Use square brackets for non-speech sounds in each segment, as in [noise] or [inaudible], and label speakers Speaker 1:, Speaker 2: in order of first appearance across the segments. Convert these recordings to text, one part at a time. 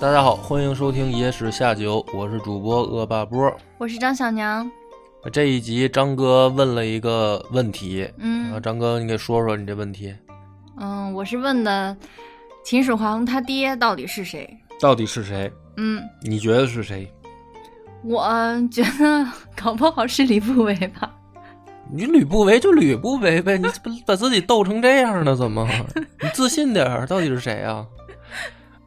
Speaker 1: 大家好，欢迎收听《野史下酒》，我是主播恶霸波。
Speaker 2: 我是张小娘，
Speaker 1: 这一集张哥问了一个问题，然后
Speaker 2: 嗯
Speaker 1: 张哥你给说说你这问题
Speaker 2: 嗯，我是问的秦始皇他爹到底是谁？
Speaker 1: 到底是谁？
Speaker 2: 嗯，
Speaker 1: 你觉得是谁？
Speaker 2: 我觉得搞不好是吕不韦吧。
Speaker 1: 你吕不韦就吕不韦呗，你 [laughs] 怎么把自己逗成这样呢？怎 [laughs] 么？你自信点儿，到底是谁啊？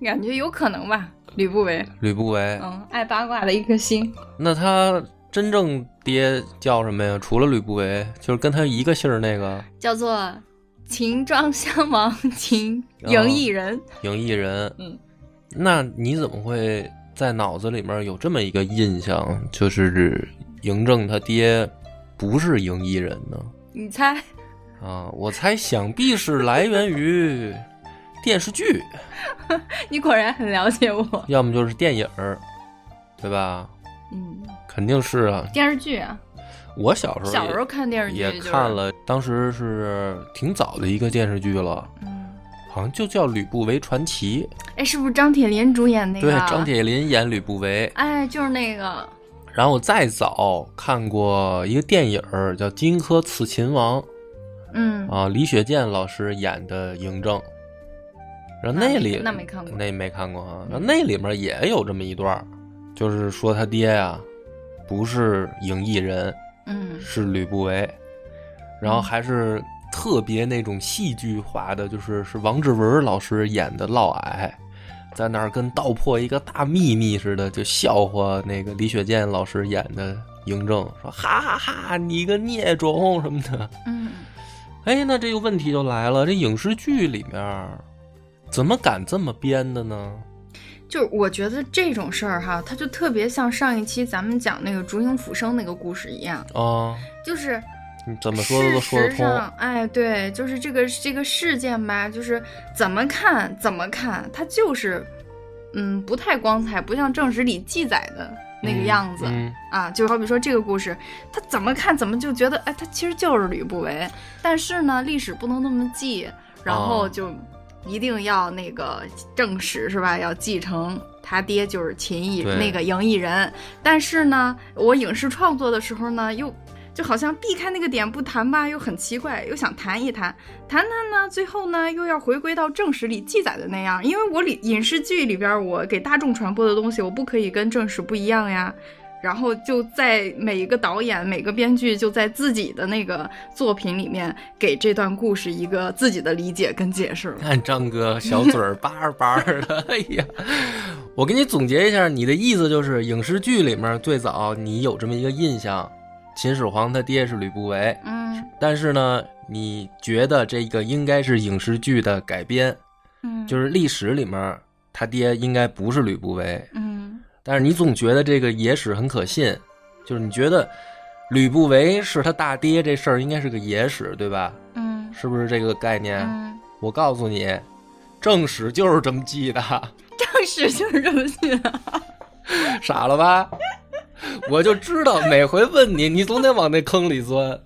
Speaker 2: 感觉有可能吧，吕不韦，
Speaker 1: 吕不韦，
Speaker 2: 嗯，爱八卦的一颗心。
Speaker 1: 哦那他真正爹叫什么呀？除了吕不韦，就是跟他一个姓儿那个
Speaker 2: 叫做秦庄襄王秦
Speaker 1: 哦
Speaker 2: 嬴异人。
Speaker 1: 赢异人。
Speaker 2: 嗯，
Speaker 1: 那你怎么会在脑子里面有这么一个印象，就是嬴政他爹不是赢异人呢？
Speaker 2: 你猜？
Speaker 1: 啊，我猜想必是来源
Speaker 2: [laughs]
Speaker 1: 于电视剧，
Speaker 2: 你果然很了解我。
Speaker 1: 要么就是电影儿，对吧？
Speaker 2: 嗯，
Speaker 1: 肯定是啊。
Speaker 2: 电视剧啊，
Speaker 1: 我小时候
Speaker 2: 小时候看电视剧、
Speaker 1: 也
Speaker 2: 就是、
Speaker 1: 也看。了，当时是挺早的一个电视剧了，
Speaker 2: 嗯，
Speaker 1: 好像就叫《吕不韦传奇》。
Speaker 2: 哎，是不是张铁林主演那个？
Speaker 1: 对，张。铁林演吕不韦。
Speaker 2: 哎，就是那个。
Speaker 1: 然后我再早看过一个电影儿叫《荆轲刺秦王》
Speaker 2: 嗯，
Speaker 1: 啊，李雪健老师演的嬴政。然后
Speaker 2: 那
Speaker 1: 那
Speaker 2: 没
Speaker 1: 里
Speaker 2: 啊那没看过嗯
Speaker 1: 那没看过啊。然后那里面也有这么一段儿，就是说他爹呀、不是嬴异人，
Speaker 2: 嗯，
Speaker 1: 是吕不韦，然后还是特别那种戏剧化的，就是是王志文老师演的嫪毐，在那儿跟道破一个大秘密似的，就笑话那个李雪健老师演的嬴政，说哈哈哈，你个孽种什么的。
Speaker 2: 嗯，
Speaker 1: 哎，那这个问题就来了，这影视剧里面怎么敢这么编的呢？
Speaker 2: 就是我觉得这种事儿哈，它就特别像上一期咱们讲那个烛影斧声那个故事一样，
Speaker 1: 啊、
Speaker 2: 就是
Speaker 1: 你怎么说的
Speaker 2: 事
Speaker 1: 都说得
Speaker 2: 实
Speaker 1: 通。
Speaker 2: 上，哎，对，就是这个这个事件吧，就是怎么看怎么看，它就是，嗯，不太光彩，不像正史里记载的那个样子、
Speaker 1: 嗯嗯
Speaker 2: 啊。就好比说这个故事，它怎么看怎么就觉得，哎，它其实就是吕不韦，但是呢，历史不能那么记，然后
Speaker 1: 哦
Speaker 2: 就一定要那个正史是吧？要继承他爹就是秦义
Speaker 1: 对
Speaker 2: 那个嬴异人，但是呢，我影视创作的时候呢，又就好像避开那个点不谈吧，又很奇怪，又想谈一谈，谈谈呢，最后呢又要回归到正史里记载的那样，因为我里影视剧里边我给大众传播的东西，我不可以跟正史不一样呀。然后就在每一个导演、每个编剧就在自己的那个作品里面给这段故事一个自己的理解跟解释了。
Speaker 1: 看张哥小嘴儿叭叭的， [laughs] 哎呀！我给你总结一下，你的意思就是影视剧里面最早你有这么一个印象，秦始皇他爹是吕不韦，
Speaker 2: 嗯
Speaker 1: 但是呢，你觉得这个应该是影视剧的改编，
Speaker 2: 嗯
Speaker 1: 就是历史里面他爹应该不是吕不韦，
Speaker 2: 嗯
Speaker 1: 但是你总觉得这个野史很可信，就是你觉得吕不韦是他大爹这事儿应该是个野史，对吧？
Speaker 2: 嗯
Speaker 1: 是不是这个概念？
Speaker 2: 嗯，
Speaker 1: 我告诉你，正史就是这么记的，
Speaker 2: 正史就是这么写的。
Speaker 1: 傻了吧？我就知道每回问你，你总得往那坑里钻。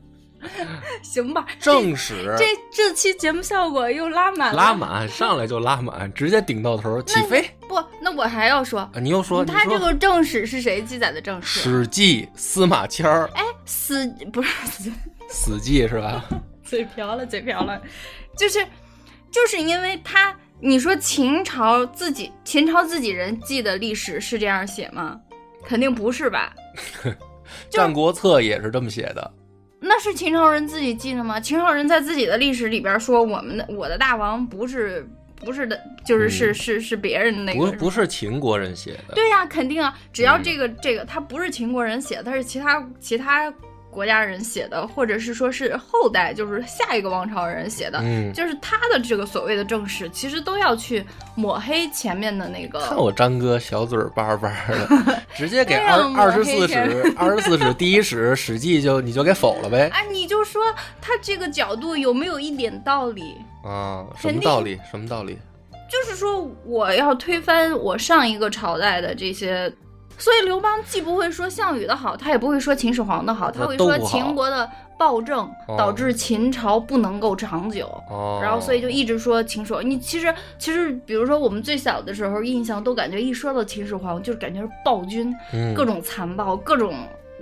Speaker 2: 行吧，
Speaker 1: 正史
Speaker 2: 这这期节目效果又拉满了。
Speaker 1: 拉满，上来就拉满，直接顶到头，起飞。
Speaker 2: 不，那我还要说，
Speaker 1: 啊你又说，你
Speaker 2: 他这
Speaker 1: 说《
Speaker 2: 个正史是谁记载的正史？
Speaker 1: 史记》司马迁儿，
Speaker 2: 哎死不是
Speaker 1: 死记是吧？
Speaker 2: 嘴瓢了，嘴瓢了，就是就是因为他，你说秦朝自己秦朝自己人记的历史是这样写吗？肯定不是吧？
Speaker 1: 《战国策》也是这么写的。
Speaker 2: 那是秦朝人自己记的吗？秦朝人在自己的历史里边说，我们的我的大王不是不是的，就是是、
Speaker 1: 嗯
Speaker 2: 是是别人的那
Speaker 1: 不
Speaker 2: 个，
Speaker 1: 不是秦国人写的，
Speaker 2: 对呀、肯定啊，只要
Speaker 1: 嗯
Speaker 2: 这个、这个他不是秦国人写的，他是其他其他国家人写的，或者是说是后代，就是下一个王朝人写的，
Speaker 1: 嗯，
Speaker 2: 就是他的这个所谓的正史，其实都要去抹黑前面的那
Speaker 1: 看
Speaker 2: 个。
Speaker 1: 我张哥小嘴儿叭叭
Speaker 2: [laughs]
Speaker 1: 的，直接给
Speaker 2: 哎
Speaker 1: 二
Speaker 2: 呀
Speaker 1: 二
Speaker 2: 我
Speaker 1: 十四
Speaker 2: 黑天
Speaker 1: 史、二十四史第一史《史记》就你就给否了呗。
Speaker 2: 哎，你就说他这个角度有没有一点道理？
Speaker 1: 啊，什
Speaker 2: 肯
Speaker 1: 么
Speaker 2: 定
Speaker 1: 道理？什么道理？
Speaker 2: 就是说，我要推翻我上一个朝代的这些所以刘邦既不会说项羽的好，他也不会说秦始皇的好，他会
Speaker 1: 都
Speaker 2: 说
Speaker 1: 不好
Speaker 2: 秦国的暴政
Speaker 1: 哦
Speaker 2: 导致秦朝不能够长久。
Speaker 1: 哦，
Speaker 2: 然后所以就一直说秦始皇。你其实其实，比如说我们最小的时候，印象都感觉一说到秦始皇，就是感觉是暴君，
Speaker 1: 嗯
Speaker 2: 各种残暴，各种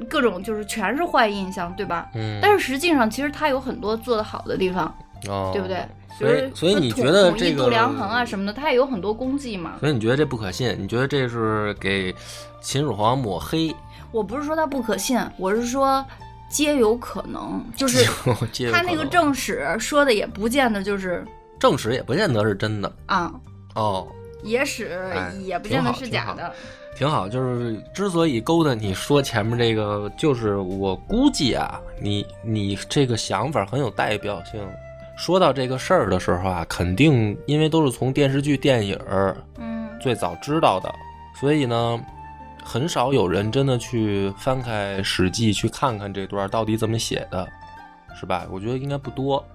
Speaker 2: 各种就是全是坏印象，对吧？
Speaker 1: 嗯，
Speaker 2: 但是实际上，其实他有很多做得好的地方，
Speaker 1: 哦
Speaker 2: 对不对？？比
Speaker 1: 所以
Speaker 2: 如
Speaker 1: 所以
Speaker 2: 说
Speaker 1: 你
Speaker 2: 统
Speaker 1: 觉得
Speaker 2: 统
Speaker 1: 这
Speaker 2: 一
Speaker 1: 个
Speaker 2: 度量衡啊什么的，他也有很多功绩嘛。
Speaker 1: 所以你觉得这不可信？你觉得这是给秦始皇抹黑？ [laughs]
Speaker 2: 我不是说他不可信，我是说皆有可能，就是
Speaker 1: 皆有
Speaker 2: 他
Speaker 1: 可
Speaker 2: 那个
Speaker 1: 能
Speaker 2: 正史说的也不见得就是
Speaker 1: 正史啊也不见得是真的
Speaker 2: 啊，
Speaker 1: 哦，
Speaker 2: 野史
Speaker 1: 哎
Speaker 2: 也不
Speaker 1: 挺
Speaker 2: 见得
Speaker 1: 好
Speaker 2: 是
Speaker 1: 挺
Speaker 2: 假
Speaker 1: 好
Speaker 2: 的。
Speaker 1: 挺好。就是之所以勾搭你说前面这个，就是我估计啊，你你这个想法很有代表性。说到这个事儿的时候啊，肯定因为都是从电视剧、电影儿
Speaker 2: 嗯。
Speaker 1: 最早知道的，所以呢，很少有人真的去翻开《史记》去看看这段到底怎么写的，是吧？我觉得应该不多，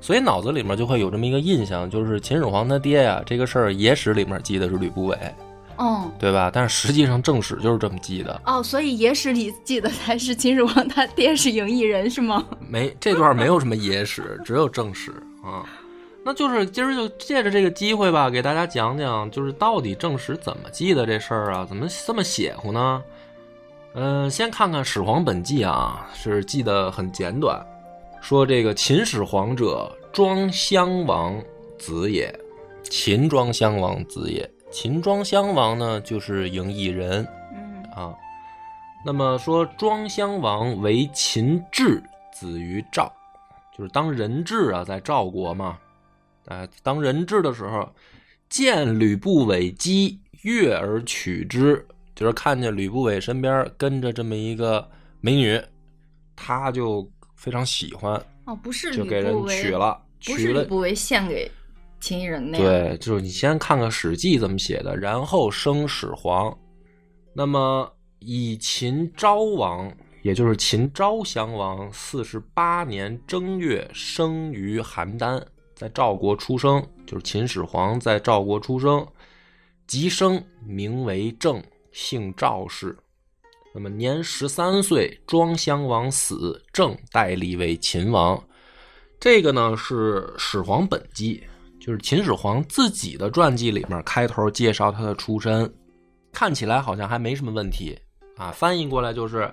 Speaker 1: 所以脑子里面就会有这么一个印象，就是秦始皇他爹呀、这个事儿野史里面记的是吕不韦，
Speaker 2: 嗯
Speaker 1: 对吧？但是实际上正史就是这么记的，
Speaker 2: 哦，所以野史里记得才是秦始皇他爹是嬴异人是吗？ [laughs]
Speaker 1: 没这段没有什么野史，只有正史啊。那就是今儿就借着这个机会吧，给大家讲讲，就是到底正史怎么记的这事儿啊？怎么这么邪乎呢？嗯、先看看《始皇本纪》啊，是记得很简短，说这个秦始皇者，庄襄王子也。秦庄襄王子也，秦庄襄王呢，就是嬴异人。
Speaker 2: 嗯
Speaker 1: 啊。那么说，庄襄王为秦制子于赵，就是当人质啊，在赵国嘛，啊，当人质的时候，见吕不韦姬，悦而取之，就是看见吕不韦身边跟着这么一个美女，他就非常喜欢，
Speaker 2: 哦，不是
Speaker 1: 就给
Speaker 2: 吕
Speaker 1: 人
Speaker 2: 不韦
Speaker 1: 娶，了，
Speaker 2: 不
Speaker 1: 娶
Speaker 2: 是吕
Speaker 1: 了
Speaker 2: 不韦献给秦异人那样。，
Speaker 1: 对，就是你先看看《史记》怎么写的，然后生始皇。那么以秦昭王，也就是秦昭襄王四十八年正月生于邯郸，在赵国出生，就是秦始皇在赵国出生，即生名为郑，姓赵氏。那么年十三岁，庄襄王死，郑代立为秦王。这个呢是《始皇本纪》，就是秦始皇自己的传记里面开头介绍他的出身，看起来好像还没什么问题啊。翻译过来就是，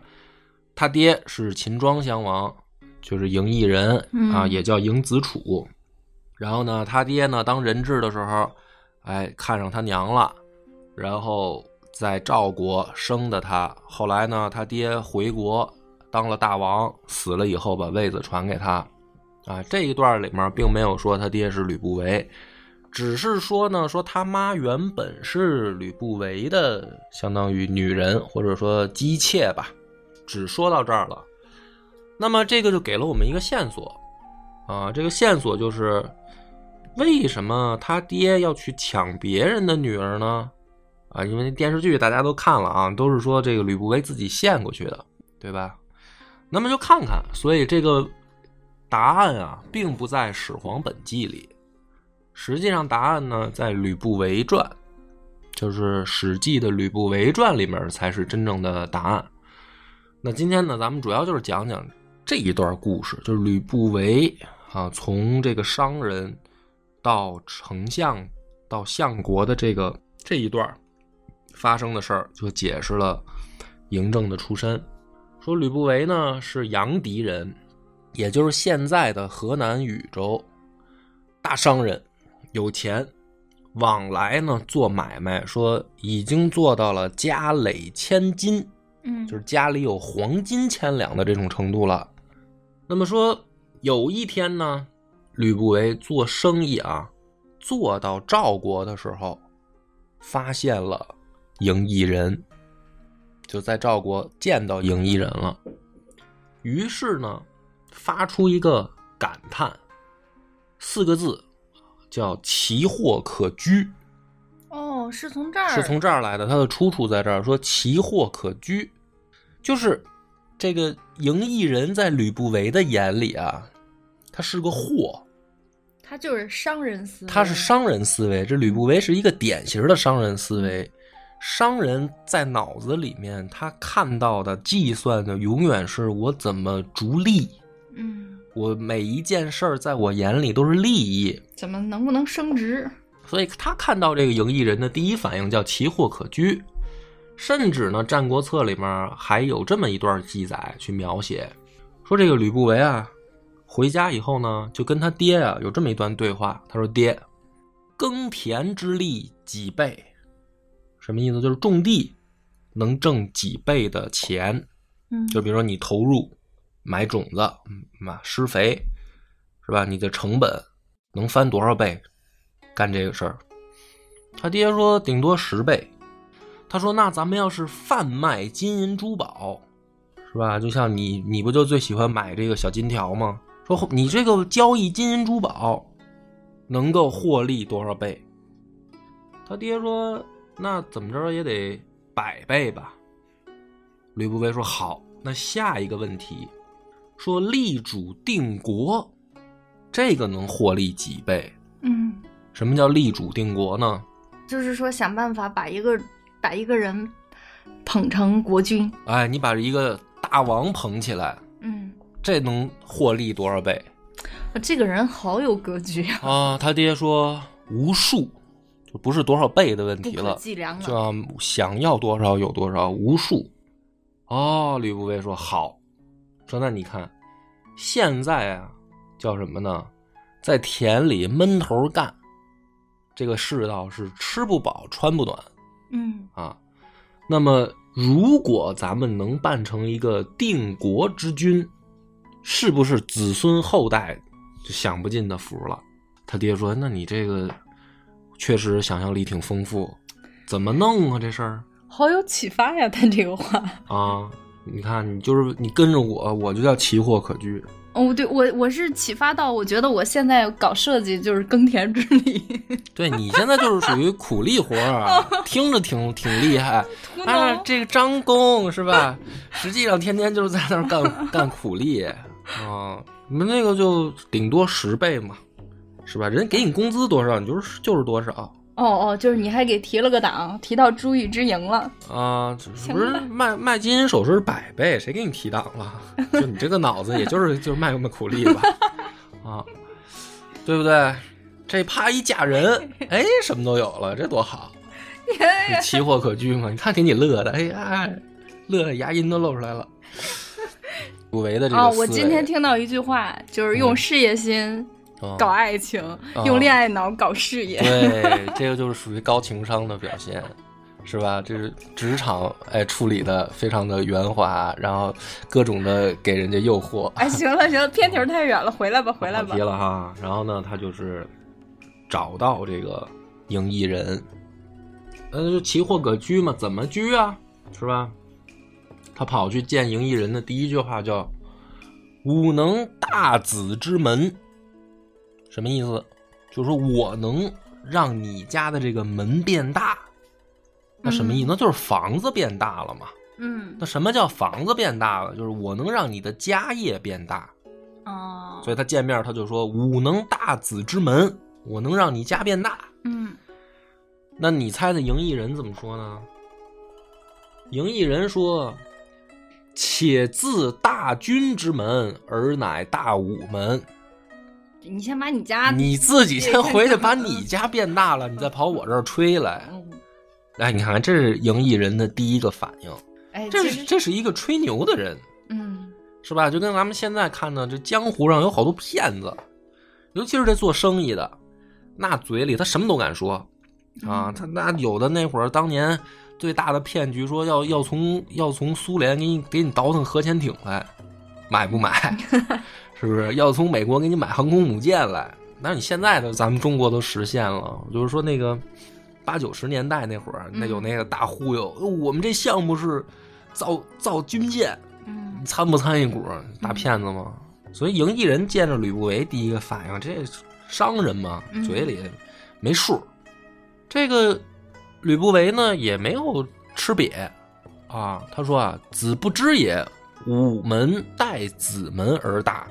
Speaker 1: 他爹是秦庄襄王，就是嬴异人
Speaker 2: 嗯
Speaker 1: 啊，也叫嬴子楚。然后呢，他爹呢当人质的时候，哎，看上他娘了，然后在赵国生的他。后来呢，他爹回国当了大王，死了以后把位子传给他。啊，这一段里面并没有说他爹是吕不韦，只是说呢，说他妈原本是吕不韦的，相当于女人或者说姬妾吧。只说到这儿了。那么这个就给了我们一个线索，啊，这个线索就是为什么他爹要去抢别人的女儿呢？啊，因为电视剧大家都看了啊，都是说这个吕不韦自己献过去的，对吧？那么就看看，所以这个答案啊，并不在《始皇本纪》里，实际上答案呢，在《吕不韦传》，就是《史记》的《吕不韦传》里面才是真正的答案。那今天呢，咱们主要就是讲讲这一段故事，就是吕不韦啊，从这个商人到丞相到相国的这个这一段发生的事儿，就解释了嬴政的出身。说吕不韦呢是杨迪人，也就是现在的河南禹州，大商人，有钱，往来呢做买卖，说已经做到了家累千金。
Speaker 2: 嗯，
Speaker 1: 就是家里有黄金千两的这种程度了。那么说，有一天呢，吕不韦做生意啊，做到赵国的时候，发现了嬴异人，就在赵国见到嬴异人了。于是呢，发出一个感叹，四个字，叫“奇货可居”。
Speaker 2: 哦，是从这儿，
Speaker 1: 是从这儿来的，它的出处在这儿，说奇货可居，就是这个赢异人在吕不韦的眼里啊，他是个货，
Speaker 2: 他就是商人思维，
Speaker 1: 他是商人思维，这吕不韦是一个典型的商人思维，商人在脑子里面他看到的、计算的，永远是我怎么逐利，
Speaker 2: 嗯，
Speaker 1: 我每一件事儿在我眼里都是利益，
Speaker 2: 怎么能不能升值？
Speaker 1: 所以他看到这个赢异人的第一反应叫奇货可居。甚至呢，《战国策》里面还有这么一段记载去描写，说这个吕不韦啊，回家以后呢，就跟他爹啊有这么一段对话。他说：“爹，耕田之利几倍？什么意思？就是种地能挣几倍的钱。
Speaker 2: 嗯，
Speaker 1: 就比如说你投入买种子、嗯买施肥，是吧？你的成本能翻多少倍？干这个事儿，他爹说顶多十倍。他说那咱们要是贩卖金银珠宝，是吧？就像你，你不就最喜欢买这个小金条吗？说你这个交易金银珠宝，能够获利多少倍？他爹说那怎么着也得百倍吧。吕不韦说好，那下一个问题，说立主定国，这个能获利几倍？
Speaker 2: 嗯，
Speaker 1: 什么叫立主定国呢？
Speaker 2: 就是说想办法把一个把一个人捧成国君。
Speaker 1: 哎，你把一个大王捧起来，
Speaker 2: 嗯，
Speaker 1: 这能获利多少倍
Speaker 2: 这个人好有格局啊，
Speaker 1: 啊？他爹说无数，就不是多少倍的问
Speaker 2: 不
Speaker 1: 题
Speaker 2: 可
Speaker 1: 了，
Speaker 2: 计量
Speaker 1: 就
Speaker 2: 了。
Speaker 1: 要想要多少有多少，无数。哦，吕不韦说好，说那你看，现在啊叫什么呢？在田里闷头干，这个世道是吃不饱穿不暖
Speaker 2: 嗯
Speaker 1: 啊。那么，如果咱们能办成一个定国之君，是不是子孙后代就享不尽的福了？他爹说：“那你这个确实想象力挺丰富，怎么弄啊这事儿？”
Speaker 2: 好有启发呀，他这个话。
Speaker 1: 啊，你看，你就是你跟着我，我就叫奇货可居。
Speaker 2: 哦，对我我是启发到，我觉得我现在搞设计就是耕田之 [laughs] 力，
Speaker 1: 对你现在就是属于苦力活儿啊， [laughs] 听着挺挺厉害，
Speaker 2: 徒
Speaker 1: 但
Speaker 2: 农
Speaker 1: 是。啊这个张工是吧？实际上天天就是在那儿干干苦力啊。你们那个就顶多十倍嘛，是吧？人给你工资多少，你就是就是多少
Speaker 2: 哦哦，就是你还给提了个档，提到珠玉之营了。
Speaker 1: 啊。这不是卖卖金银首饰是百倍，谁给你提档
Speaker 2: [laughs]
Speaker 1: 了？就你这个脑子，也就是就是卖卖苦力吧， [laughs] 啊，对不对？这啪一嫁
Speaker 2: [laughs]
Speaker 1: 人，哎，什么都有了，这多好。
Speaker 2: 哎
Speaker 1: 你奇货可居嘛？你看给你乐的，哎呀，乐的牙龈都露出
Speaker 2: [laughs]
Speaker 1: 来了。不为的这个
Speaker 2: 哦，
Speaker 1: 思维
Speaker 2: 我今天听到一句话，就是用事业心
Speaker 1: 哦
Speaker 2: 搞爱情，
Speaker 1: 哦
Speaker 2: 用恋爱脑搞事业。
Speaker 1: 对，这个就是属于高情商的表现，是吧？这是职场哎处理的非常的圆滑，然后各种的给人家诱惑，
Speaker 2: [laughs] 哎，行了行了，偏题儿太远了，
Speaker 1: [laughs]
Speaker 2: 回来吧回来
Speaker 1: 跑
Speaker 2: 吧
Speaker 1: 题。了哈。然后呢，他就是找到这个赢异人，呃，就奇货可居嘛，怎么居啊？是吧？他跑去见赢异人的第一句话叫“吾能大子之门”，什么意思？就是说我能让你家的这个门变大。那什么意思？那就是房子变大了嘛。
Speaker 2: 嗯
Speaker 1: 那什么叫房子变大了？就是我能让你的家业变大。
Speaker 2: 哦，
Speaker 1: 所以他见面他就说：“吾能大子之门，我能让你家变大。
Speaker 2: 嗯，”
Speaker 1: 那你猜猜赢异人怎么说呢？赢异人说：“且自大军之门，而乃大武门。
Speaker 2: 你先把你家
Speaker 1: 你自己先回去把你家变大了，你再跑我这儿吹来。
Speaker 2: [laughs] 嗯
Speaker 1: 哎，你看看，这是赢异人的第一个反应，
Speaker 2: 哎，
Speaker 1: 这
Speaker 2: 其
Speaker 1: 是
Speaker 2: 实
Speaker 1: 这是一个吹牛的人。
Speaker 2: 嗯
Speaker 1: 是吧？就跟咱们现在看的，这江湖上有好多骗子，尤其是这做生意的，那嘴里他什么都敢说啊。他那有的那会儿，当年最大的骗局说要要从要从苏联给你给你倒腾核潜艇来，买不买？是不是要从美国给你买航空母舰来？那你现在的咱们中国都实现了，就是说那个八九十年代那会儿，那有那个大忽悠，哦我们这项目是造造军舰。
Speaker 2: 嗯，
Speaker 1: 参不参一股大骗子吗？所以赢异人见着吕不韦，第一个反应这商人嘛
Speaker 2: 嗯，
Speaker 1: 嘴里没数。这个吕不韦呢也没有吃瘪啊，他说啊：“子不知也，吾门待子门而大。”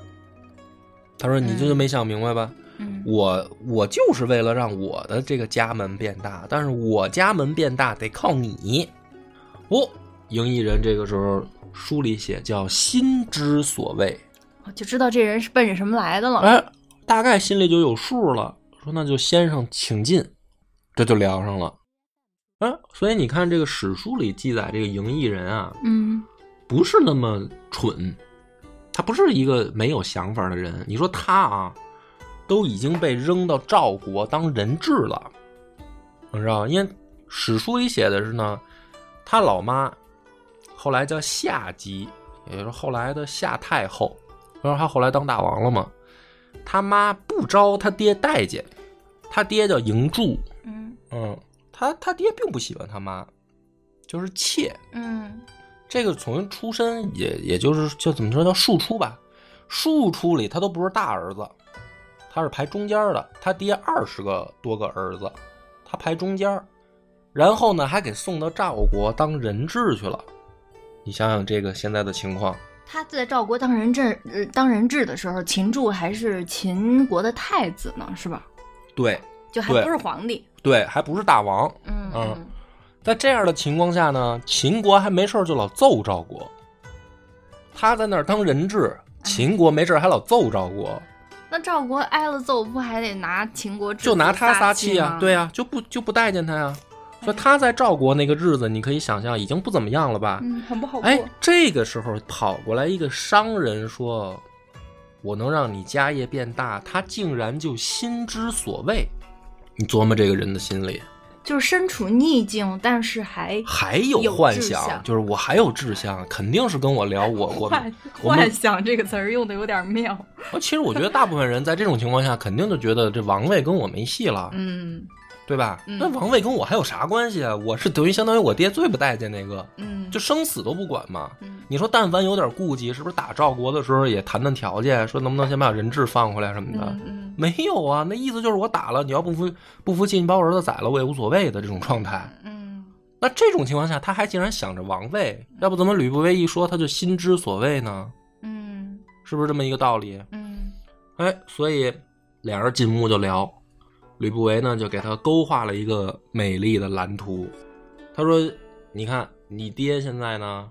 Speaker 1: 他说：“你这就没想明白吧？
Speaker 2: 嗯
Speaker 1: 我我就是为了让我的这个家门变大，但是我家门变大得靠你。哦，赢异人这个时候书里写叫心之所谓，
Speaker 2: 我就知道这人是奔着什么来的了。
Speaker 1: 哎，大概心里就有数了。说那就先生请进，这就聊上了。哎，所以你看这个史书里记载这个赢异人啊，
Speaker 2: 嗯
Speaker 1: 不是那么蠢，他不是一个没有想法的人。你说他啊，都已经被扔到赵国当人质了，你知道吗？因为史书里写的是呢，他老妈后来叫夏姬，也就是后来的夏太后，然后他后来当大王了嘛。他妈不招他爹待见，他爹叫嬴柱，
Speaker 2: 嗯
Speaker 1: 嗯，他他爹并不喜欢他妈，就是妾，
Speaker 2: 嗯
Speaker 1: 这个从出身也也就是就怎么说叫庶出吧，庶出里他都不是大儿子，他是排中间儿的，他爹二十个多个儿子，他排中间儿，然后呢还给送到赵国当人质去了，你想想这个现在的情况，
Speaker 2: 他在赵国当人质，呃当人质的时候，秦柱还是秦国的太子呢，是吧？
Speaker 1: 对
Speaker 2: 就还
Speaker 1: 对
Speaker 2: 不是皇帝。
Speaker 1: 对，还不是大王，
Speaker 2: 嗯
Speaker 1: 嗯在这样的情况下呢，秦国还没事儿就老揍赵国，他在那儿当人质，秦国没事儿还老揍赵国。
Speaker 2: 那赵国挨了揍，不还得拿秦国之
Speaker 1: 就拿他
Speaker 2: 子撒
Speaker 1: 撒气啊
Speaker 2: 吗，
Speaker 1: 对啊，就不就不待见他呀、所以他在赵国那个日子，你可以想象已经不怎么样了吧？
Speaker 2: 嗯，很不好过。
Speaker 1: 哎，这个时候跑过来一个商人说：“我能让你家业变大。”他竟然就心之所谓，你琢磨这个人的心里
Speaker 2: 就是身处逆境，但是还
Speaker 1: 还有
Speaker 2: 有
Speaker 1: 幻
Speaker 2: 志
Speaker 1: 想，
Speaker 2: 向
Speaker 1: 就是我还有志向，肯定是跟我聊我我
Speaker 2: 幻
Speaker 1: 我们
Speaker 2: 幻想这个词儿用的有点妙。
Speaker 1: 其实我觉得大部分人在这种情况下，肯定就觉得这王位跟我没戏了。
Speaker 2: 嗯
Speaker 1: 对吧？
Speaker 2: 嗯
Speaker 1: 那王位跟我还有啥关系啊？我是等于相当于我爹最不待见那个，
Speaker 2: 嗯，
Speaker 1: 就生死都不管嘛。
Speaker 2: 嗯
Speaker 1: 你说，但凡有点顾忌，是不是打赵国的时候也谈谈条件，说能不能先把人质放回来什么的？
Speaker 2: 嗯嗯
Speaker 1: 没有啊，那意思就是我打了，你要不服不服气，你把我儿子宰了，我也无所谓的这种状态。
Speaker 2: 嗯
Speaker 1: 那这种情况下，他还竟然想着王位，要不怎么吕不韦一说他就心之所谓呢？
Speaker 2: 嗯
Speaker 1: 是不是这么一个道理？
Speaker 2: 嗯
Speaker 1: 哎，所以俩人进屋就聊，吕不韦呢就给他勾画了一个美丽的蓝图。他说：“你看，你爹现在呢，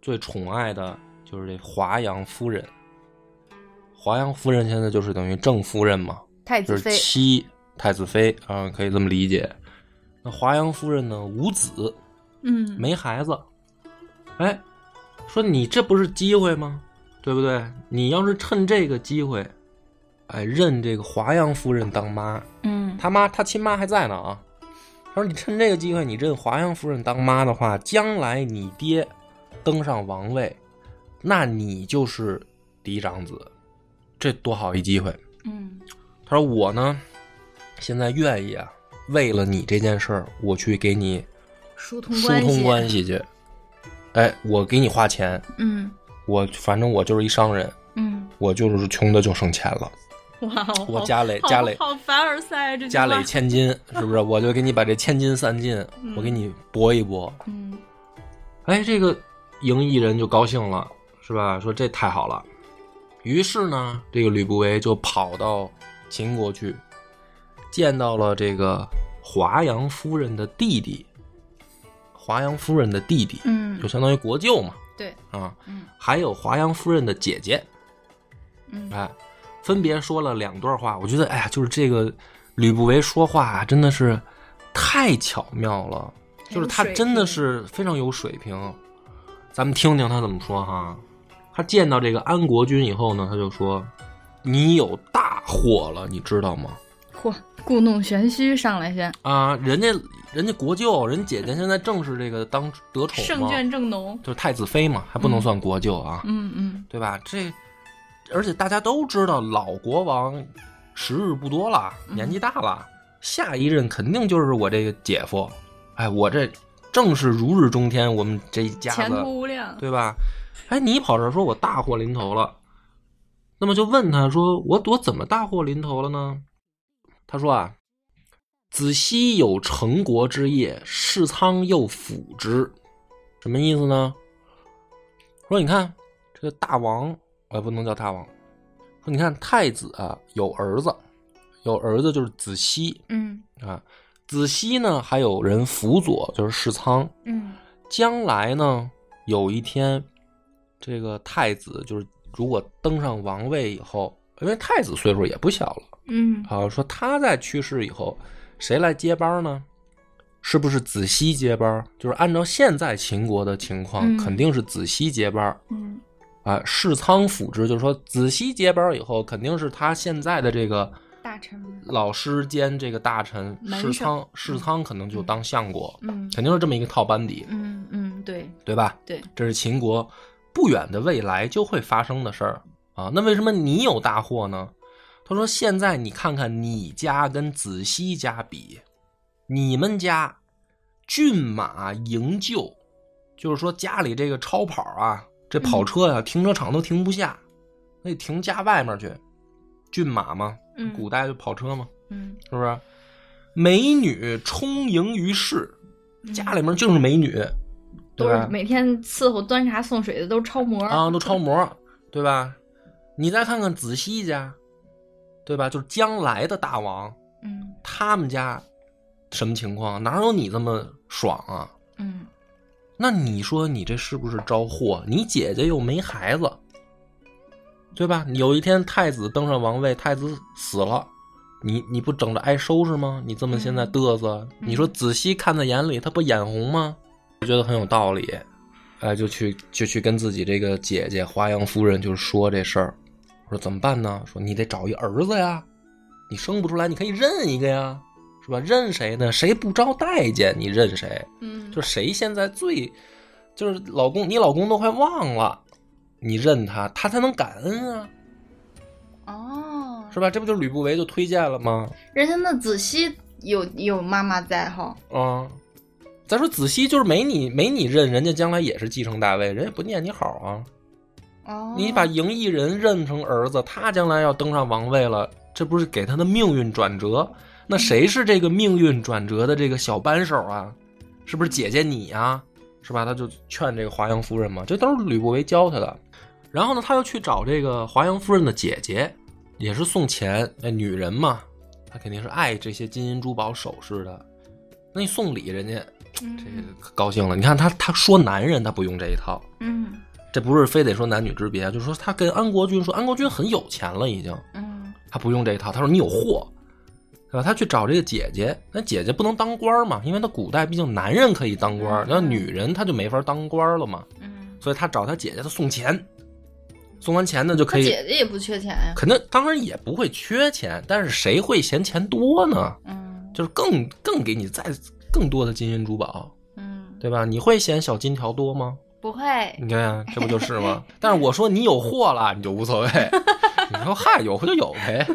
Speaker 1: 最宠爱的就是这华阳夫人。华阳夫人现在就是等于正夫人嘛，
Speaker 2: 太
Speaker 1: 就
Speaker 2: 子
Speaker 1: 是
Speaker 2: 妃，
Speaker 1: 妻太子妃啊、可以这么理解。那华阳夫人呢，无子，
Speaker 2: 嗯，
Speaker 1: 没孩子，哎，说你这不是机会吗？对不对？你要是趁这个机会，哎，认这个华阳夫人当妈，
Speaker 2: 嗯
Speaker 1: 他妈他亲妈还在呢啊。他说你趁这个机会，你认华阳夫人当妈的话，将来你爹登上王位，那你就是嫡长子，这多好一机会。
Speaker 2: 嗯
Speaker 1: 他说我呢，现在愿意啊，为了你这件事儿，我去给你
Speaker 2: 疏通
Speaker 1: 疏
Speaker 2: 关系，
Speaker 1: 通关系去。哎，我给你花钱，
Speaker 2: 嗯
Speaker 1: 我反正我就是一商人，
Speaker 2: 嗯，
Speaker 1: 我就是穷的就省钱了，
Speaker 2: 哇哦，
Speaker 1: 我
Speaker 2: 好
Speaker 1: 家累
Speaker 2: 好
Speaker 1: 家累
Speaker 2: 好凡尔赛啊这句
Speaker 1: 家累
Speaker 2: 话
Speaker 1: 千金，是
Speaker 2: [laughs]
Speaker 1: 不是？我就给你把这千金散尽，我给你搏一搏。
Speaker 2: 嗯
Speaker 1: 哎，这个赢异人就高兴了，是吧？说这太好了。于是呢，这个吕不韦就跑到秦国去，见到了这个华阳夫人的弟弟，华阳夫人的弟弟，
Speaker 2: 嗯
Speaker 1: 就，相当于国舅嘛，
Speaker 2: 对，
Speaker 1: 啊，
Speaker 2: 嗯
Speaker 1: 还有华阳夫人的姐姐，
Speaker 2: 嗯
Speaker 1: 哎，分别说了两段话。我觉得，哎呀，就是这个吕不韦说话啊真的是太巧妙了，
Speaker 2: 很
Speaker 1: 就
Speaker 2: 有
Speaker 1: 是他
Speaker 2: 水
Speaker 1: 真的
Speaker 2: 平
Speaker 1: 是非常有水平。咱们听听他怎么说哈。他见到这个安国君以后呢，他就说：“你有大祸了，你知道吗？
Speaker 2: 嚯，故弄玄虚上来先，
Speaker 1: 啊，人家人家国舅，人姐姐现在正是这个当得宠
Speaker 2: 胜
Speaker 1: 嘛，
Speaker 2: 券正浓，
Speaker 1: 就是太子妃嘛，还不能
Speaker 2: 嗯
Speaker 1: 算国舅啊。
Speaker 2: 嗯嗯
Speaker 1: 对吧？这而且大家都知道，老国王时日不多了，
Speaker 2: 嗯
Speaker 1: 年纪大了，下一任肯定就是我这个姐夫。哎，我这正是如日中天，我们这一家
Speaker 2: 前
Speaker 1: 子，
Speaker 2: 途无量，
Speaker 1: 对吧？哎，你跑这儿说我大祸临头了，那么就问他说我我怎么大祸临头了呢？他说啊，子熙有成国之业，世苍又辅之，什么意思呢？说你看这哎个大王，我也不能叫大王，说你看太子啊有儿子，有儿子就是子西
Speaker 2: 嗯
Speaker 1: 啊。子西呢，还有人辅佐，就是世仓。
Speaker 2: 嗯
Speaker 1: 将来呢，有一天，这个太子就是如果登上王位以后，因为太子岁数也不小了，
Speaker 2: 嗯
Speaker 1: 好说他在去世以后，谁来接班呢？是不是子西接班？就是按照现在秦国的情况，
Speaker 2: 嗯
Speaker 1: 肯定是子西接班
Speaker 2: 嗯
Speaker 1: 啊。世仓辅之，就是说子西接班以后，肯定是他现在的这个
Speaker 2: 大臣们
Speaker 1: 老师兼这个大臣
Speaker 2: 门
Speaker 1: 世
Speaker 2: 生
Speaker 1: 仓，世仓可能就当相国，
Speaker 2: 嗯
Speaker 1: 肯定是这么一个套班底，
Speaker 2: 嗯嗯对
Speaker 1: 对吧？
Speaker 2: 对
Speaker 1: 这是秦国不远的未来就会发生的事儿啊。那为什么你有大祸呢？他说：“现在你看看你家跟子西家比，你们家骏马营救，就是说家里这个超跑啊，这跑车呀、
Speaker 2: 嗯
Speaker 1: 停车场都停不下，那得停家外面去。骏马嘛，
Speaker 2: 嗯
Speaker 1: 古代就跑车嘛，
Speaker 2: 嗯
Speaker 1: 是不是？美女充盈于世，
Speaker 2: 嗯
Speaker 1: 家里面就是美女，对
Speaker 2: 都是
Speaker 1: 吧？
Speaker 2: 每天伺候端茶送水的都是超模
Speaker 1: 啊，都超模，对吧？你再看看子西家，对吧？就是将来的大王，
Speaker 2: 嗯
Speaker 1: 他们家什么情况？哪有你这么爽啊？
Speaker 2: 嗯
Speaker 1: 那你说你这是不是招祸？你姐姐又没孩子，对吧？有一天太子登上王位，太子死了，你你不整着挨收拾吗？你这么现在
Speaker 2: 嗯
Speaker 1: 嘚瑟，你说子西看在眼里，他不眼红吗？我觉得很有道理，哎，就去就去跟自己这个姐姐华阳夫人就说这事儿，我说怎么办呢？说你得找一儿子呀，你生不出来，你可以认一个呀，是吧？认谁呢？谁不招待见，你认谁？
Speaker 2: 嗯
Speaker 1: 就谁现在最，就是老公，你老公都快忘了，你认他，他才能感恩啊，
Speaker 2: 哦
Speaker 1: 是吧？这不就是吕不韦就推荐了吗？
Speaker 2: 人家那子熙有有妈妈在哈，
Speaker 1: 啊，咱说子熙就是没你没你认，人家将来也是继承大位，人也不念你好啊。
Speaker 2: 哦，
Speaker 1: 你把嬴异人认成儿子，他将来要登上王位了，这不是给他的命运转折？那谁是这个命运转折的这个小扳手啊？是不是姐姐你啊？是吧？他就劝这个华阳夫人嘛，这都是吕不韦教他的。然后呢，他又去找这个华阳夫人的姐姐，也是送钱。那女人嘛，她肯定是爱这些金银珠宝首饰的。那你送礼，人家这
Speaker 2: 嗯
Speaker 1: 个高兴了。你看他，他说男人他不用这一套，
Speaker 2: 嗯
Speaker 1: 这不是非得说男女之别，就是说他跟安国君说，安国君很有钱了已经，
Speaker 2: 嗯
Speaker 1: 他不用这一套。他说你有货，对吧？他去找这个姐姐，那姐姐不能当官嘛，因为他古代毕竟男人可以当官，
Speaker 2: 嗯
Speaker 1: 那女人她就没法当官了嘛，
Speaker 2: 嗯，
Speaker 1: 所以他找他姐姐，他送钱，送完钱呢就
Speaker 2: 他
Speaker 1: 可以，
Speaker 2: 姐姐也不缺钱呀，
Speaker 1: 肯定当然也不会缺钱，但是谁会嫌钱多呢？
Speaker 2: 嗯
Speaker 1: 就是更更给你再更多的金银珠宝，
Speaker 2: 嗯，
Speaker 1: 对吧？你会嫌小金条多吗？
Speaker 2: 不会，
Speaker 1: 你看，这不就是吗？但是我说你有货了，你就无所谓。 [laughs] 你说嗨，有货就有呗，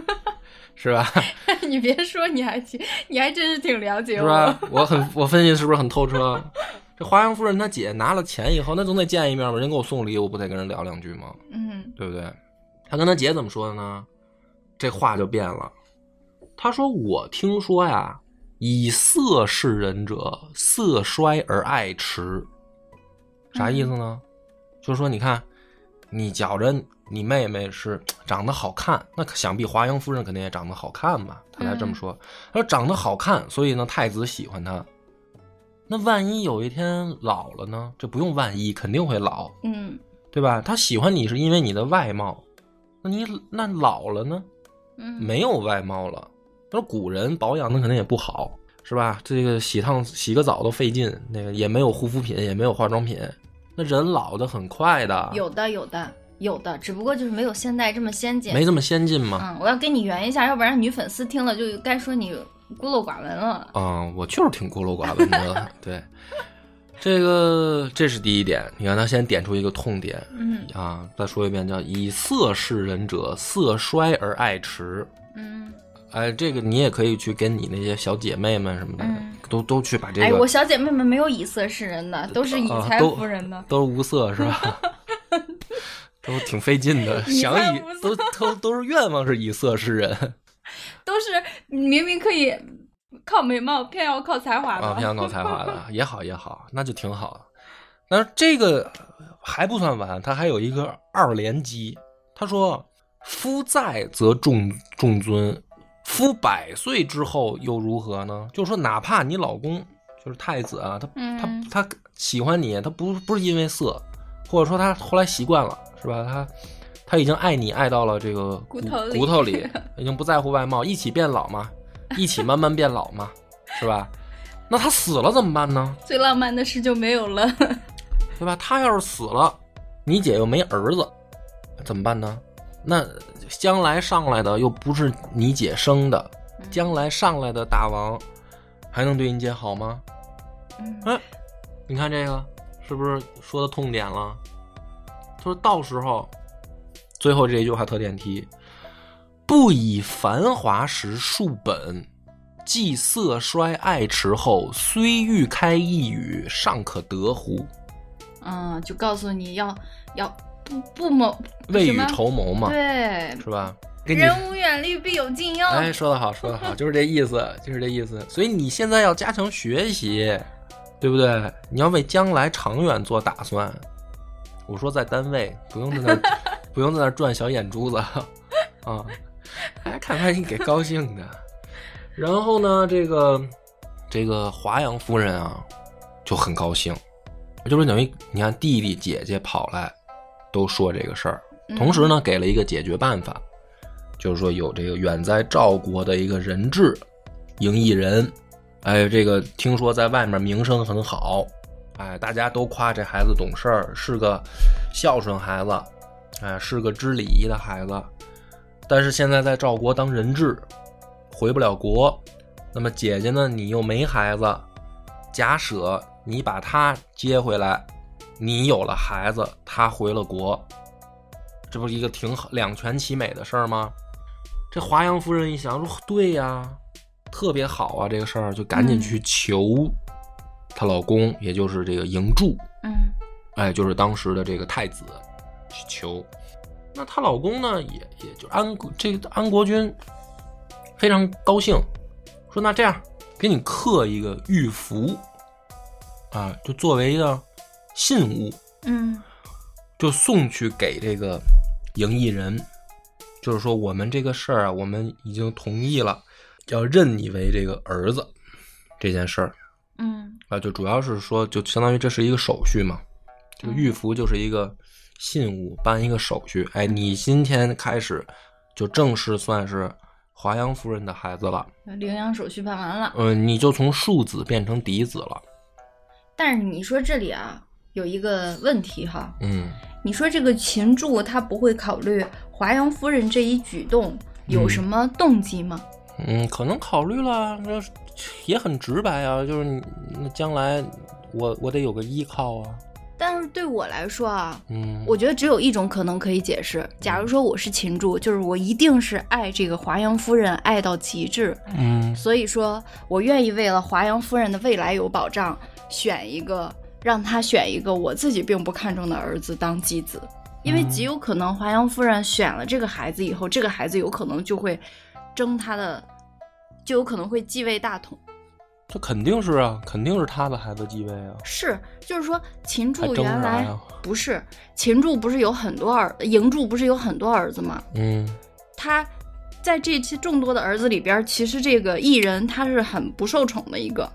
Speaker 1: 是吧？
Speaker 2: [laughs] 你别说，你还挺，你还真是挺了解
Speaker 1: 是
Speaker 2: 我。
Speaker 1: 吧？我很，我分析是不是很透彻？ [laughs] 这华阳夫人她姐拿了钱以后，那总得见一面吧？人给我送礼，我不得跟人聊两句吗？
Speaker 2: 嗯
Speaker 1: 对不对？她跟她姐怎么说的呢？这话就变了。她说：“我听说呀，以色示人者，色衰而爱弛。”啥意思呢？就是说，你看，你觉着你妹妹是长得好看，那可想必华阳夫人肯定也长得好看吧？她才这么
Speaker 2: 嗯
Speaker 1: 说。她说长得好看，所以呢，太子喜欢她。那万一有一天老了呢？这不用万一，肯定会老。
Speaker 2: 嗯
Speaker 1: 对吧？他喜欢你是因为你的外貌，那你那老了呢？
Speaker 2: 嗯，
Speaker 1: 没有外貌了，那古人保养的肯定也不好，是吧？这个洗趟洗个澡都费劲，那个也没有护肤品，也没有化妆品，那人老的很快的，
Speaker 2: 有的有的有的，只不过就是没有现代这么先进。
Speaker 1: 没这么先进吗？
Speaker 2: 嗯，我要跟你圆一下，要不然女粉丝听了就该说你孤陋寡闻了。
Speaker 1: 嗯，我就是挺孤陋寡闻的，
Speaker 2: [laughs]
Speaker 1: 对。这个这是第一点，你看他先点出一个痛点，
Speaker 2: 嗯
Speaker 1: 啊，再说一遍，叫以色示人者，色衰而爱弛。
Speaker 2: 嗯，
Speaker 1: 哎，这个你也可以去跟你那些小姐妹们什么的，
Speaker 2: 嗯
Speaker 1: 都都去把这个，
Speaker 2: 哎，我小姐妹们没有以色示人的，都是以
Speaker 1: 啊
Speaker 2: 财
Speaker 1: 都
Speaker 2: 服人的。
Speaker 1: 都是无色是吧？ [laughs] 都挺费劲
Speaker 2: [laughs]
Speaker 1: 的，
Speaker 2: 以
Speaker 1: 想以
Speaker 2: 色
Speaker 1: 都
Speaker 2: 无
Speaker 1: 都都是愿望是以色示人
Speaker 2: 都是明明可以靠美貌，偏要靠才华
Speaker 1: 啊，
Speaker 2: 的。
Speaker 1: 非常搞才华的也好也好，那就挺好。但是这个还不算完，他还有一个二连击。他说：“夫在则重重尊，夫百岁之后又如何呢？就说哪怕你老公就是太子啊，他
Speaker 2: 嗯
Speaker 1: 他他喜欢你，他不不是因为色，或者说他后来习惯了，是吧？他他已经爱你爱到了这个
Speaker 2: 骨头里
Speaker 1: 骨头
Speaker 2: [laughs]
Speaker 1: 里，已经不在乎外貌，一起变老嘛，一起慢慢变老嘛，是吧？那他死了怎么办呢？
Speaker 2: [laughs] 最浪漫的事就没有了。
Speaker 1: 对吧？他要是死了，你姐又没儿子，怎么办呢？那将来上来的又不是你姐生的，
Speaker 2: 嗯
Speaker 1: 将来上来的大王还能对你姐好吗？
Speaker 2: 嗯
Speaker 1: 哎，你看这个是不是说的痛点了？他说到时候，最后这一句话特点题：不以繁华时树本，既色衰爱弛后，虽欲开一语，尚可得乎？
Speaker 2: [laughs] 嗯，就告诉你要要不不谋
Speaker 1: 未
Speaker 2: 什
Speaker 1: 雨
Speaker 2: 么
Speaker 1: 绸缪嘛，
Speaker 2: 对，
Speaker 1: 是吧？给你
Speaker 2: 人无远虑，必有近忧。
Speaker 1: 哎，说得好，说得好，就是这意思，就是这意思。所以你现在要加强学习，对不对？你要为将来长远做打算。我说在单位不用在那儿不用在那儿转小眼珠子啊，哎，看把你给高兴的。然后呢，这个这个华阳夫人啊就很高兴，就是等于你看弟弟姐姐跑来都说这个事儿，
Speaker 2: 嗯
Speaker 1: 同时呢，给了一个解决办法，就是说有这个远在赵国的一个人质，赢异人，哎，这个听说在外面名声很好，哎，大家都夸这孩子懂事儿，是个孝顺孩子，哎，是个知礼仪的孩子。但是现在在赵国当人质，回不了国。那么姐姐呢？你又没孩子，假设你把她接回来，你有了孩子，她回了国，这不是一个挺好两全其美的事儿吗？这华阳夫人一想说，对呀、特别好啊，这个事儿就赶紧
Speaker 2: 嗯
Speaker 1: 去求她老公，也就是这个嬴柱，
Speaker 2: 嗯
Speaker 1: 哎，就是当时的这个太子去求。那她老公呢，也也就安国这个安国君非常高兴，说那这样给你刻一个玉符，啊，就作为一个信物，
Speaker 2: 嗯
Speaker 1: 就送去给这个赢异人，就是说我们这个事儿啊，我们已经同意了，要认你为这个儿子这件事儿。
Speaker 2: 嗯
Speaker 1: 啊，就主要是说，就相当于这是一个手续嘛，这个
Speaker 2: 嗯
Speaker 1: 玉符就是一个信物，办一个手续。哎，你今天开始就正式算是华阳夫人的孩子了，
Speaker 2: 领养手续办完了。
Speaker 1: 嗯、你就从庶子变成嫡子了，
Speaker 2: 但是你说这里啊，有一个问题哈，
Speaker 1: 嗯，
Speaker 2: 你说这个秦柱他不会考虑华阳夫人这一举动有什么动机吗？
Speaker 1: 嗯，可能考虑了，这也很直白啊，就是你那将来我我得有个依靠啊，
Speaker 2: 但是对我来说啊，
Speaker 1: 嗯，
Speaker 2: 我觉得只有一种可能可以解释。假如说我是秦柱，就是我一定是爱这个华阳夫人爱到极致，
Speaker 1: 嗯
Speaker 2: 所以说我愿意为了华阳夫人的未来有保障，选一个让她选一个我自己并不看重的儿子当继子，因为
Speaker 1: 嗯
Speaker 2: 极有可能华阳夫人选了这个孩子以后，这个孩子有可能就会争她的，就有可能会继位大统。
Speaker 1: 这肯定是啊，肯定是他的孩子继位啊，
Speaker 2: 是，就是说秦
Speaker 1: 还
Speaker 2: 柱
Speaker 1: 争
Speaker 2: 原
Speaker 1: 啥
Speaker 2: 来
Speaker 1: 呀？
Speaker 2: 不是秦柱不是有很多儿，嬴柱不是有很多儿子吗？
Speaker 1: 嗯
Speaker 2: 他在这些众多的儿子里边儿，其实这个异人他是很不受宠的一个，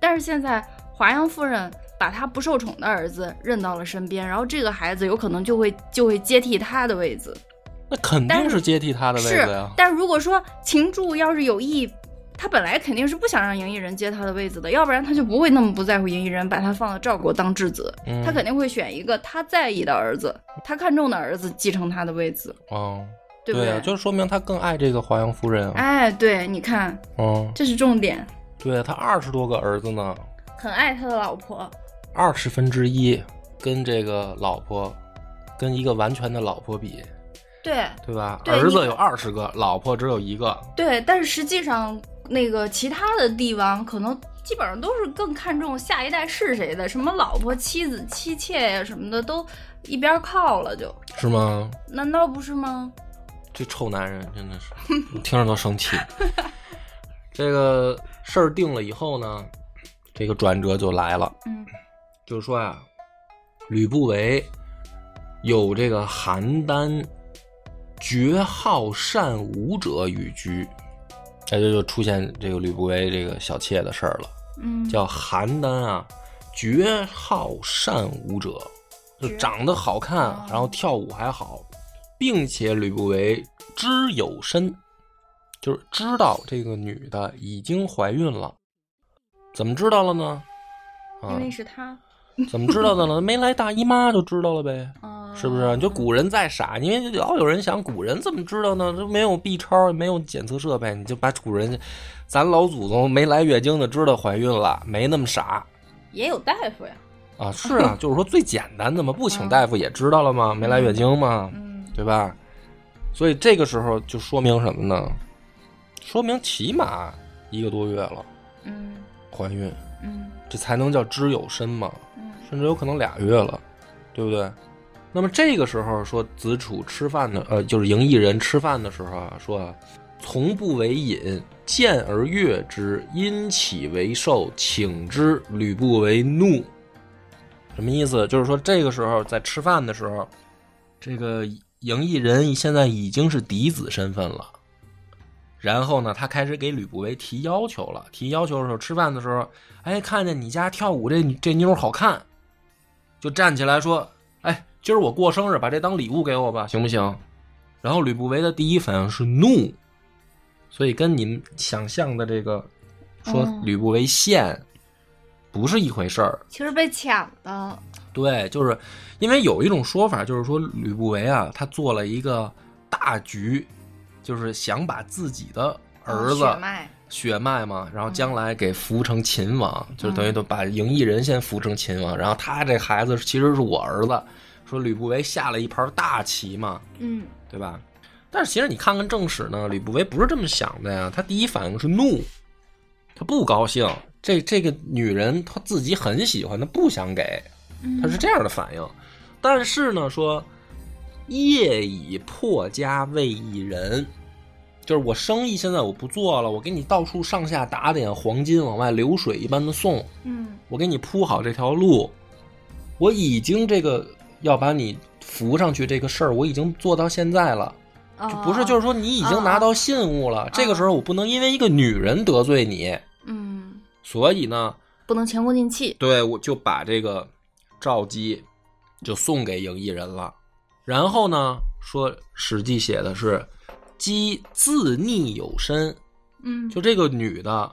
Speaker 2: 但是现在华阳夫人把他不受宠的儿子认到了身边，然后这个孩子有可能就会就会接替他的位子。
Speaker 1: 那肯
Speaker 2: 但
Speaker 1: 定是接替他的位
Speaker 2: 是
Speaker 1: 子呀，。
Speaker 2: 但如果说秦柱要是有意。他本来肯定是不想让嬴异人接他的位子的，要不然他就不会那么不在乎嬴异人，把他放到赵国当质子。
Speaker 1: 嗯
Speaker 2: 他肯定会选一个他在意的儿子，他看中的儿子继承他的位子，
Speaker 1: 哦，
Speaker 2: 对不对？
Speaker 1: 啊，就是说明他更爱这个华阳夫人啊。
Speaker 2: 哎，对，你看，
Speaker 1: 嗯，
Speaker 2: 这是重点。
Speaker 1: 对啊他二十多个儿子呢，
Speaker 2: 很爱他的老婆。
Speaker 1: 二十分之一跟这个老婆，跟一个完全的老婆比，
Speaker 2: 对
Speaker 1: 对吧？
Speaker 2: 对
Speaker 1: 儿子
Speaker 2: 你
Speaker 1: 有二十个，老婆只有一个。
Speaker 2: 对，但是实际上，那个其他的帝王可能基本上都是更看重下一代是谁的，什么老婆、妻子、妻妾呀什么的都一边靠了就，
Speaker 1: 是吗？
Speaker 2: 难道不是吗？
Speaker 1: 这臭男人真
Speaker 2: [laughs]
Speaker 1: 的是，我听着都生气。这个事儿定了以后呢，这个转折就来了。
Speaker 2: 嗯
Speaker 1: 就是说啊，吕不韦有这个邯郸绝好善舞者与居，哎，就就出现这个吕不韦这个小妾的事儿了，
Speaker 2: 嗯，
Speaker 1: 叫邯郸啊，绝好善舞者，就
Speaker 2: 绝
Speaker 1: 长得好看
Speaker 2: 哦，
Speaker 1: 然后跳舞还好，并且吕不韦知有身，就是知道这个女的已经怀孕了，怎么知道了呢？
Speaker 2: 因
Speaker 1: 啊，
Speaker 2: 为是他，
Speaker 1: 怎么知道的呢？没来大姨妈就知道了呗。
Speaker 2: 啊，
Speaker 1: 是不是？就古人再傻，因为老有人想古人怎么知道呢？这没有 B 超，没有检测设备，你就把古人，咱老祖宗没来月经的知道怀孕了，没那么傻
Speaker 2: 也有大夫呀，
Speaker 1: 啊。是啊，就是说最简单的嘛，不请大夫也知道了吗？没来月经嘛，
Speaker 2: 嗯，
Speaker 1: 对吧？所以这个时候就说明什么呢？说明起码一个多月了
Speaker 2: 嗯
Speaker 1: 怀孕，
Speaker 2: 嗯
Speaker 1: 这才能叫知有身嘛。
Speaker 2: 嗯
Speaker 1: 甚至有可能俩月了，对不对？那么这个时候说子楚吃饭的，呃，就是赢异人吃饭的时候啊，说啊，从不为饮，见而悦之，因起为受，请之，吕不为怒。什么意思？就是说这个时候在吃饭的时候，这个赢异人现在已经是嫡子身份了。然后呢，他开始给吕不韦提要求了。提要求的时候，吃饭的时候，哎，看见你家跳舞这女这妞儿好看，就站起来说：“哎，今儿我过生日，把这当礼物给我吧，行不行？”然后吕不韦的第一反应是怒，所以跟你们想象的这个说
Speaker 2: 嗯
Speaker 1: 吕不韦献不是一回事儿。
Speaker 2: 其实被抢了，
Speaker 1: 对，就是因为有一种说法，就是说吕不韦啊，他做了一个大局，就是想把自己的儿子、
Speaker 2: 哦血脉，
Speaker 1: 血脉嘛，然后将来给扶成秦王，就是等于都把嬴异人先扶成秦王，然后他这孩子其实是我儿子。说吕不韦下了一盘大棋嘛，
Speaker 2: 嗯
Speaker 1: 对吧？但是其实你看看正史呢，吕不韦不是这么想的呀，他第一反应是怒，他不高兴。这这个女人她自己很喜欢，她不想给，
Speaker 2: 嗯，
Speaker 1: 他是这样的反应。但是呢，说业已破家为一人，就是我生意现在我不做了，我给你到处上下打点黄金往外流水一般的送，
Speaker 2: 嗯
Speaker 1: 我给你铺好这条路，我已经这个要把你扶上去这个事儿，我已经做到现在了。
Speaker 2: 哦
Speaker 1: 就不是，就是说你已经拿到信物了，这个时候我不能因为一个女人得罪你，
Speaker 2: 嗯，
Speaker 1: 所以呢，
Speaker 2: 不能前功尽弃，
Speaker 1: 对，我就把这个赵姬就送给赢异人了。然后呢，说《史记》写的是姬自溺有身，
Speaker 2: 嗯，
Speaker 1: 就这个女的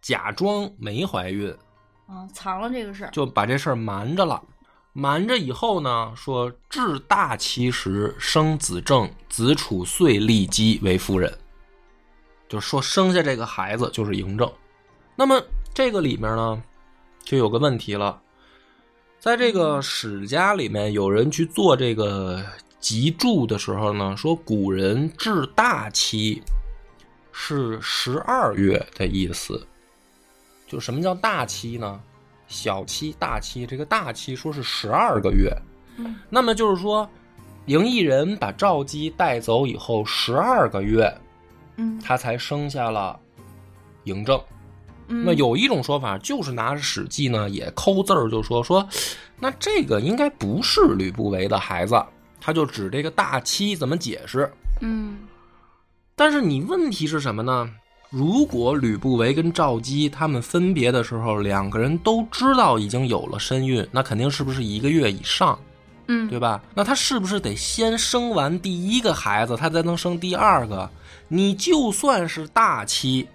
Speaker 1: 假装没怀孕，
Speaker 2: 啊藏了这个事儿，
Speaker 1: 就把这事儿瞒着了。瞒着以后呢，说至大其时生子正，子楚遂立姬为夫人，就说生下这个孩子就是嬴政。那么这个里面呢，就有个问题了，在这个史家里面，有人去做这个集注的时候呢，说古人至大期是十二月的意思，就什么叫大期呢？小期、大期，这个大期说是十二个月，
Speaker 2: 嗯
Speaker 1: 那么就是说，嬴异人把赵姬带走以后十二个月，
Speaker 2: 嗯，
Speaker 1: 他才生下了嬴政。
Speaker 2: 那
Speaker 1: 那有一种说法，就是拿《史记呢》也抠字儿，就说说，那这个应该不是吕不韦的孩子，他就指这个大期怎么解释？
Speaker 2: 嗯
Speaker 1: 但是你问题是什么呢？如果吕不韦跟赵姬他们分别的时候，两个人都知道已经有了身孕，那肯定是不是一个月以上，
Speaker 2: 嗯，
Speaker 1: 对吧？那他是不是得先生完第一个孩子，他才能生第二个？你就算是大期，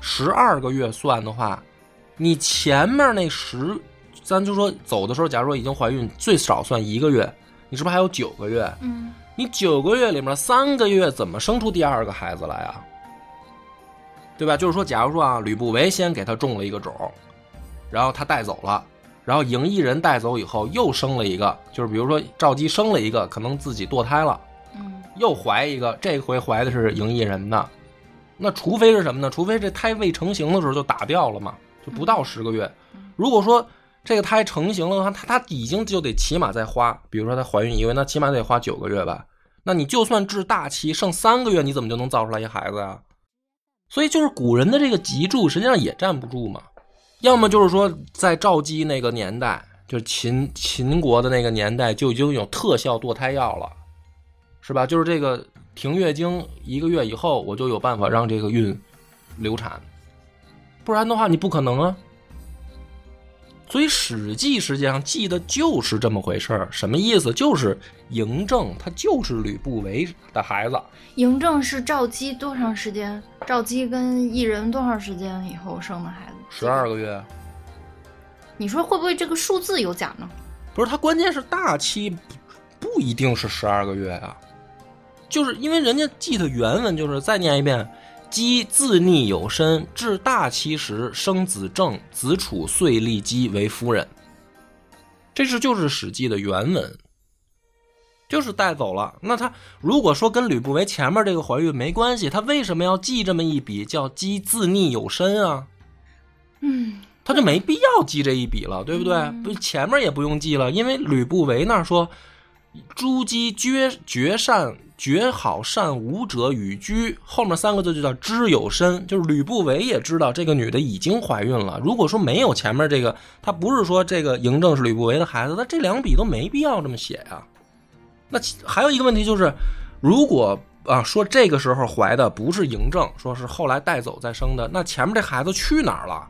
Speaker 1: 十二个月算的话，你前面那十，咱就说走的时候，假如说已经怀孕，最少算一个月，你是不是还有九个月？
Speaker 2: 嗯
Speaker 1: 你九个月里面三个月怎么生出第二个孩子来啊？对吧？就是说，假如说啊，吕不韦先给他种了一个种，然后他带走了，然后嬴异人带走以后又生了一个，就是比如说赵姬生了一个，可能自己堕胎了，
Speaker 2: 嗯
Speaker 1: 又怀一个，这回怀的是嬴异人的。那除非是什么呢？除非这胎未成型的时候就打掉了嘛，就不到十个月。如果说这个胎成型了的话，它它已经就得起码再花，比如说它怀孕一个月，那起码得花九个月吧。那你就算至大期剩三个月，你怎么就能造出来一孩子呀、所以就是古人的这个脊柱实际上也站不住嘛，要么就是说在赵姬那个年代，就是秦秦国的那个年代就已经有特效堕胎药了，是吧？就是这个停月经一个月以后，我就有办法让这个孕流产，不然的话你不可能啊。所以《史记》实际上记的就是这么回事儿，什么意思？就是嬴政他就是吕不韦的孩子，
Speaker 3: 嬴政是赵姬多长时间？赵姬跟异人多长时间以后生的孩子？
Speaker 1: 十二个月。
Speaker 3: 你说会不会这个数字有假呢？
Speaker 1: 不是他，关键是大期不不一定是十二个月啊，就是因为人家记的原文就是再念一遍：姬自逆有身，至大期时生子正，子楚遂立姬为夫人。这是就是《史记》的原文，就是带走了。那他如果说跟吕不韦前面这个怀孕没关系，他为什么要记这么一笔叫姬自逆有身啊？
Speaker 3: 嗯，
Speaker 1: 他就没必要记这一笔了，对不对？不，前面也不用记了，因为吕不韦那儿说：“朱姬绝绝善绝好善舞者与居”，后面三个字就叫“知有身”，就是吕不韦也知道这个女的已经怀孕了。如果说没有前面这个，他不是说这个嬴政是吕不韦的孩子，他这两笔都没必要这么写呀、那其还有一个问题就是，如果啊说这个时候怀的不是嬴政，说是后来带走再生的，那前面这孩子去哪儿了？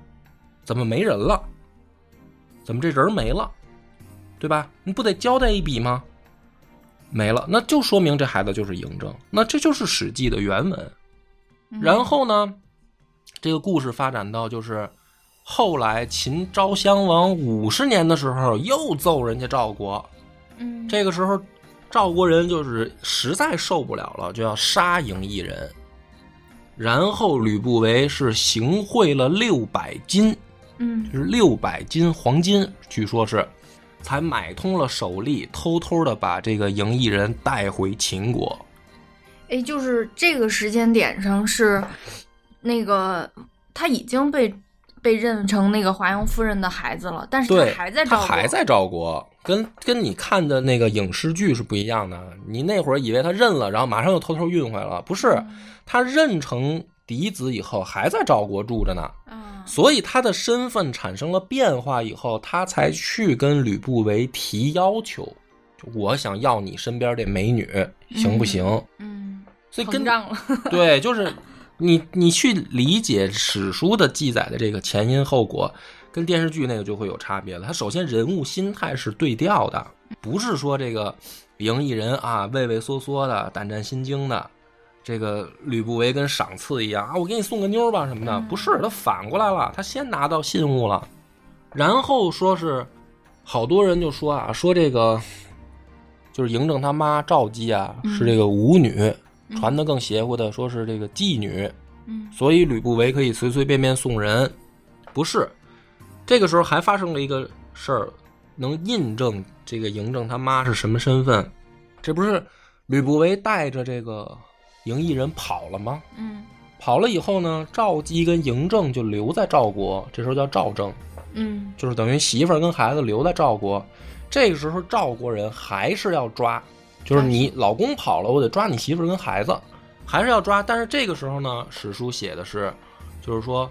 Speaker 1: 怎么没人了？怎么这人没了？对吧？你不得交代一笔吗？没了，那就说明这孩子就是嬴政，那这就是《史记》的原文。
Speaker 2: 嗯
Speaker 1: 然后呢，这个故事发展到就是后来秦昭襄王五十年的时候，又揍人家赵国，
Speaker 3: 嗯，
Speaker 1: 这个时候，赵国人就是实在受不了了，就要杀嬴异人。然后吕不韦是行贿了六百金，
Speaker 3: 嗯
Speaker 1: 就是六百金黄金，据说是才买通了首例，偷偷的把这个嬴异人带回秦国。
Speaker 3: 哎，就是这个时间点上是那个他已经被被认成那个华阳夫人的孩子了，但是
Speaker 1: 对，
Speaker 3: 他还在
Speaker 1: 他
Speaker 3: 照顾，
Speaker 1: 还在赵国，跟跟你看的那个影视剧是不一样的。你那会儿以为他认了，然后马上又偷偷运回来了，不是？
Speaker 3: 嗯
Speaker 1: 他认成嫡子以后，还在赵国住着呢。
Speaker 3: 啊，
Speaker 1: 所以他的身份产生了变化以后，他才去跟吕不韦提要求，就我想要你身边这美女，行不行？
Speaker 3: 嗯，
Speaker 1: 所以跟
Speaker 3: 膨胀
Speaker 1: [laughs]
Speaker 3: 了，
Speaker 1: 对，就是你你去理解史书的记载的这个前因后果，跟电视剧那个就会有差别了。他首先人物心态是对调的，不是说这个赢异人啊畏畏缩缩的、胆战心惊的。这个吕不韦跟赏赐一样啊，我给你送个妞儿吧什么的，不是，他反过来了，他先拿到信物了，然后说是，好多人就说啊，说这个就是嬴政他妈赵姬啊，是这个舞女，传的更邪乎的说是这个妓女，
Speaker 3: 嗯
Speaker 1: 所以吕不韦可以随随便便送人，不是？这个时候还发生了一个事儿，能印证这个嬴政他妈是什么身份？这不是吕不韦带着这个嬴异人跑了吗？
Speaker 3: 嗯
Speaker 1: 跑了以后呢，赵姬跟嬴政就留在赵国，这时候叫赵政。
Speaker 3: 嗯
Speaker 1: 就是等于媳妇儿跟孩子留在赵国。这个时候，赵国人还是要抓，就是你老公跑了，我得抓你媳妇儿跟孩子，还是要抓。但是这个时候呢，史书写的是，就是说，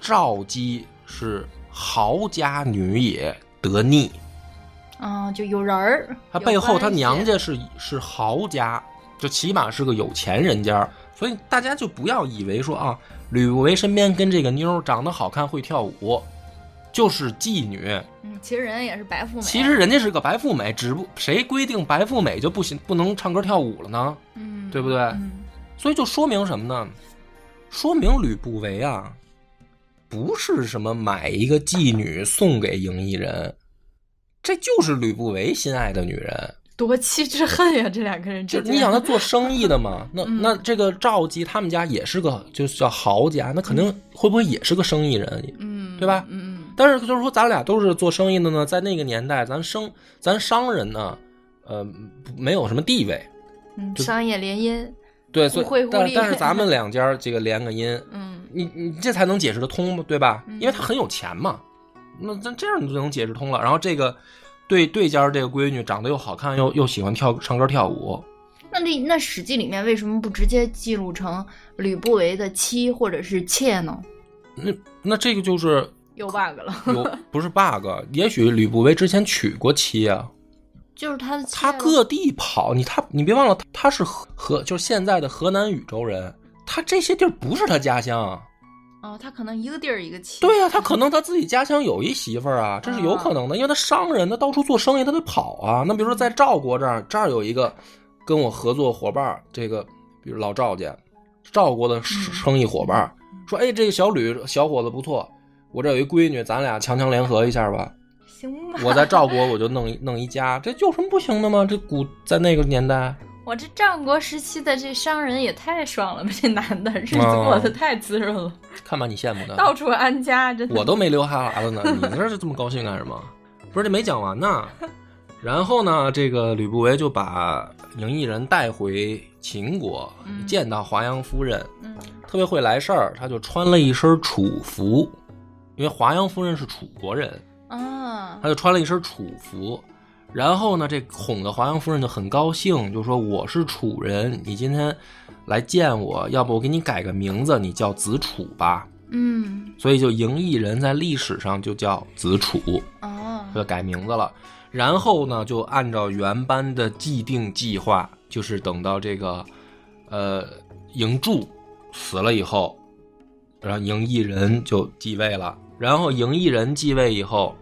Speaker 1: 赵姬是豪家女也，得逆。
Speaker 3: 啊，就有人儿，
Speaker 1: 她
Speaker 3: 有
Speaker 1: 背后她
Speaker 3: 关系
Speaker 1: 娘家是是豪家，就起码是个有钱人家，所以大家就不要以为说啊，吕不韦身边跟这个妞儿长得好看会跳舞，就是妓女，
Speaker 3: 嗯，其实人也是白富美，
Speaker 1: [laughs]
Speaker 3: 啊
Speaker 1: 其实人家是个白富美，只不谁规定白富美就不行不能唱歌跳舞了呢？
Speaker 3: 嗯，
Speaker 1: 对不对
Speaker 3: 嗯
Speaker 1: 所以就说明什么呢？说明吕不韦啊，不是什么买一个妓女送给嬴异人，这就是吕不韦心爱的女人。
Speaker 3: 夺妻之恨呀，这两个人
Speaker 1: 就
Speaker 3: 之间，
Speaker 1: 你想他做生意的
Speaker 3: [laughs]
Speaker 1: 嘛，那
Speaker 3: 嗯
Speaker 1: 那这个赵姬他们家也是个就是叫豪家，那肯定会不会也是个生意人？
Speaker 3: 嗯，
Speaker 1: 对吧
Speaker 3: 嗯嗯
Speaker 1: 但是就是说，咱俩都是做生意的呢，在那个年代，咱生咱商人呢，呃，不没有什么地位，
Speaker 3: 嗯，商业联姻，
Speaker 1: 对，所
Speaker 3: 互惠
Speaker 1: 以
Speaker 3: 互
Speaker 1: 但
Speaker 3: 利
Speaker 1: 是但是咱们两家这个连个音，
Speaker 3: 嗯
Speaker 1: 你你这才能解释得通嘛，对吧？因为他很有钱嘛，那那这样你就能解释通了。然后这个对对家这个闺女长得又好看，又又喜欢跳唱歌跳舞，
Speaker 3: 那那那《史记》里面为什么不直接记录成吕不韦的妻或者是妾呢？
Speaker 1: 那那这个就是
Speaker 3: 有 bug 了，
Speaker 1: 有不是 bug？也许吕不韦之前娶过妻啊，
Speaker 3: 就是他的妾
Speaker 1: 他
Speaker 3: 了
Speaker 1: 各地跑，你他你别忘了他是河河就是现在的河南禹州人，他这些地儿不是他家乡。
Speaker 2: 哦，他可能一个地儿一个起。
Speaker 1: 对呀、啊他可能他自己家乡有一媳妇儿啊，这是有可能的，因为他商人，他到处做生意，他得跑啊。那比如说在赵国这儿，这儿有一个跟我合作伙伴儿，这个比如老赵家，赵国的生意伙伴儿、说，哎，这个小吕小伙子不错，我这有一闺女，咱俩强强联合一下吧。
Speaker 2: 行吧，
Speaker 1: 我在赵国我就弄一弄一家，这有什么不行的吗？这古在那个年代，
Speaker 2: 我这战国时期的这商人也太爽了吧！这男的日
Speaker 1: 啊
Speaker 2: 子过得太滋润了，
Speaker 1: 看把你羡慕的，
Speaker 2: [laughs] 到处安家，真的。
Speaker 1: [laughs] 我都没流哈喇子呢，你这是这么高兴干什么？不是，这没讲完呢。然后呢，这个吕不韦就把赢异人带回秦国，
Speaker 2: 嗯
Speaker 1: 见到华阳夫人，
Speaker 2: 嗯
Speaker 1: 特别会来事儿，他就穿了一身楚服，因为华阳夫人是楚国人，
Speaker 2: 啊
Speaker 1: 他，就穿了一身楚服。然后呢，这哄得华阳夫人就很高兴，就说我是楚人，你今天来见我，要不我给你改个名字，你叫子楚吧。
Speaker 2: 嗯
Speaker 1: 所以就嬴异人在历史上就叫子楚，
Speaker 2: 啊，
Speaker 1: 就改名字了。然后呢，就按照原班的既定计划，就是等到这个呃嬴柱死了以后，然后嬴异人就继位了。然后嬴异人继位以后，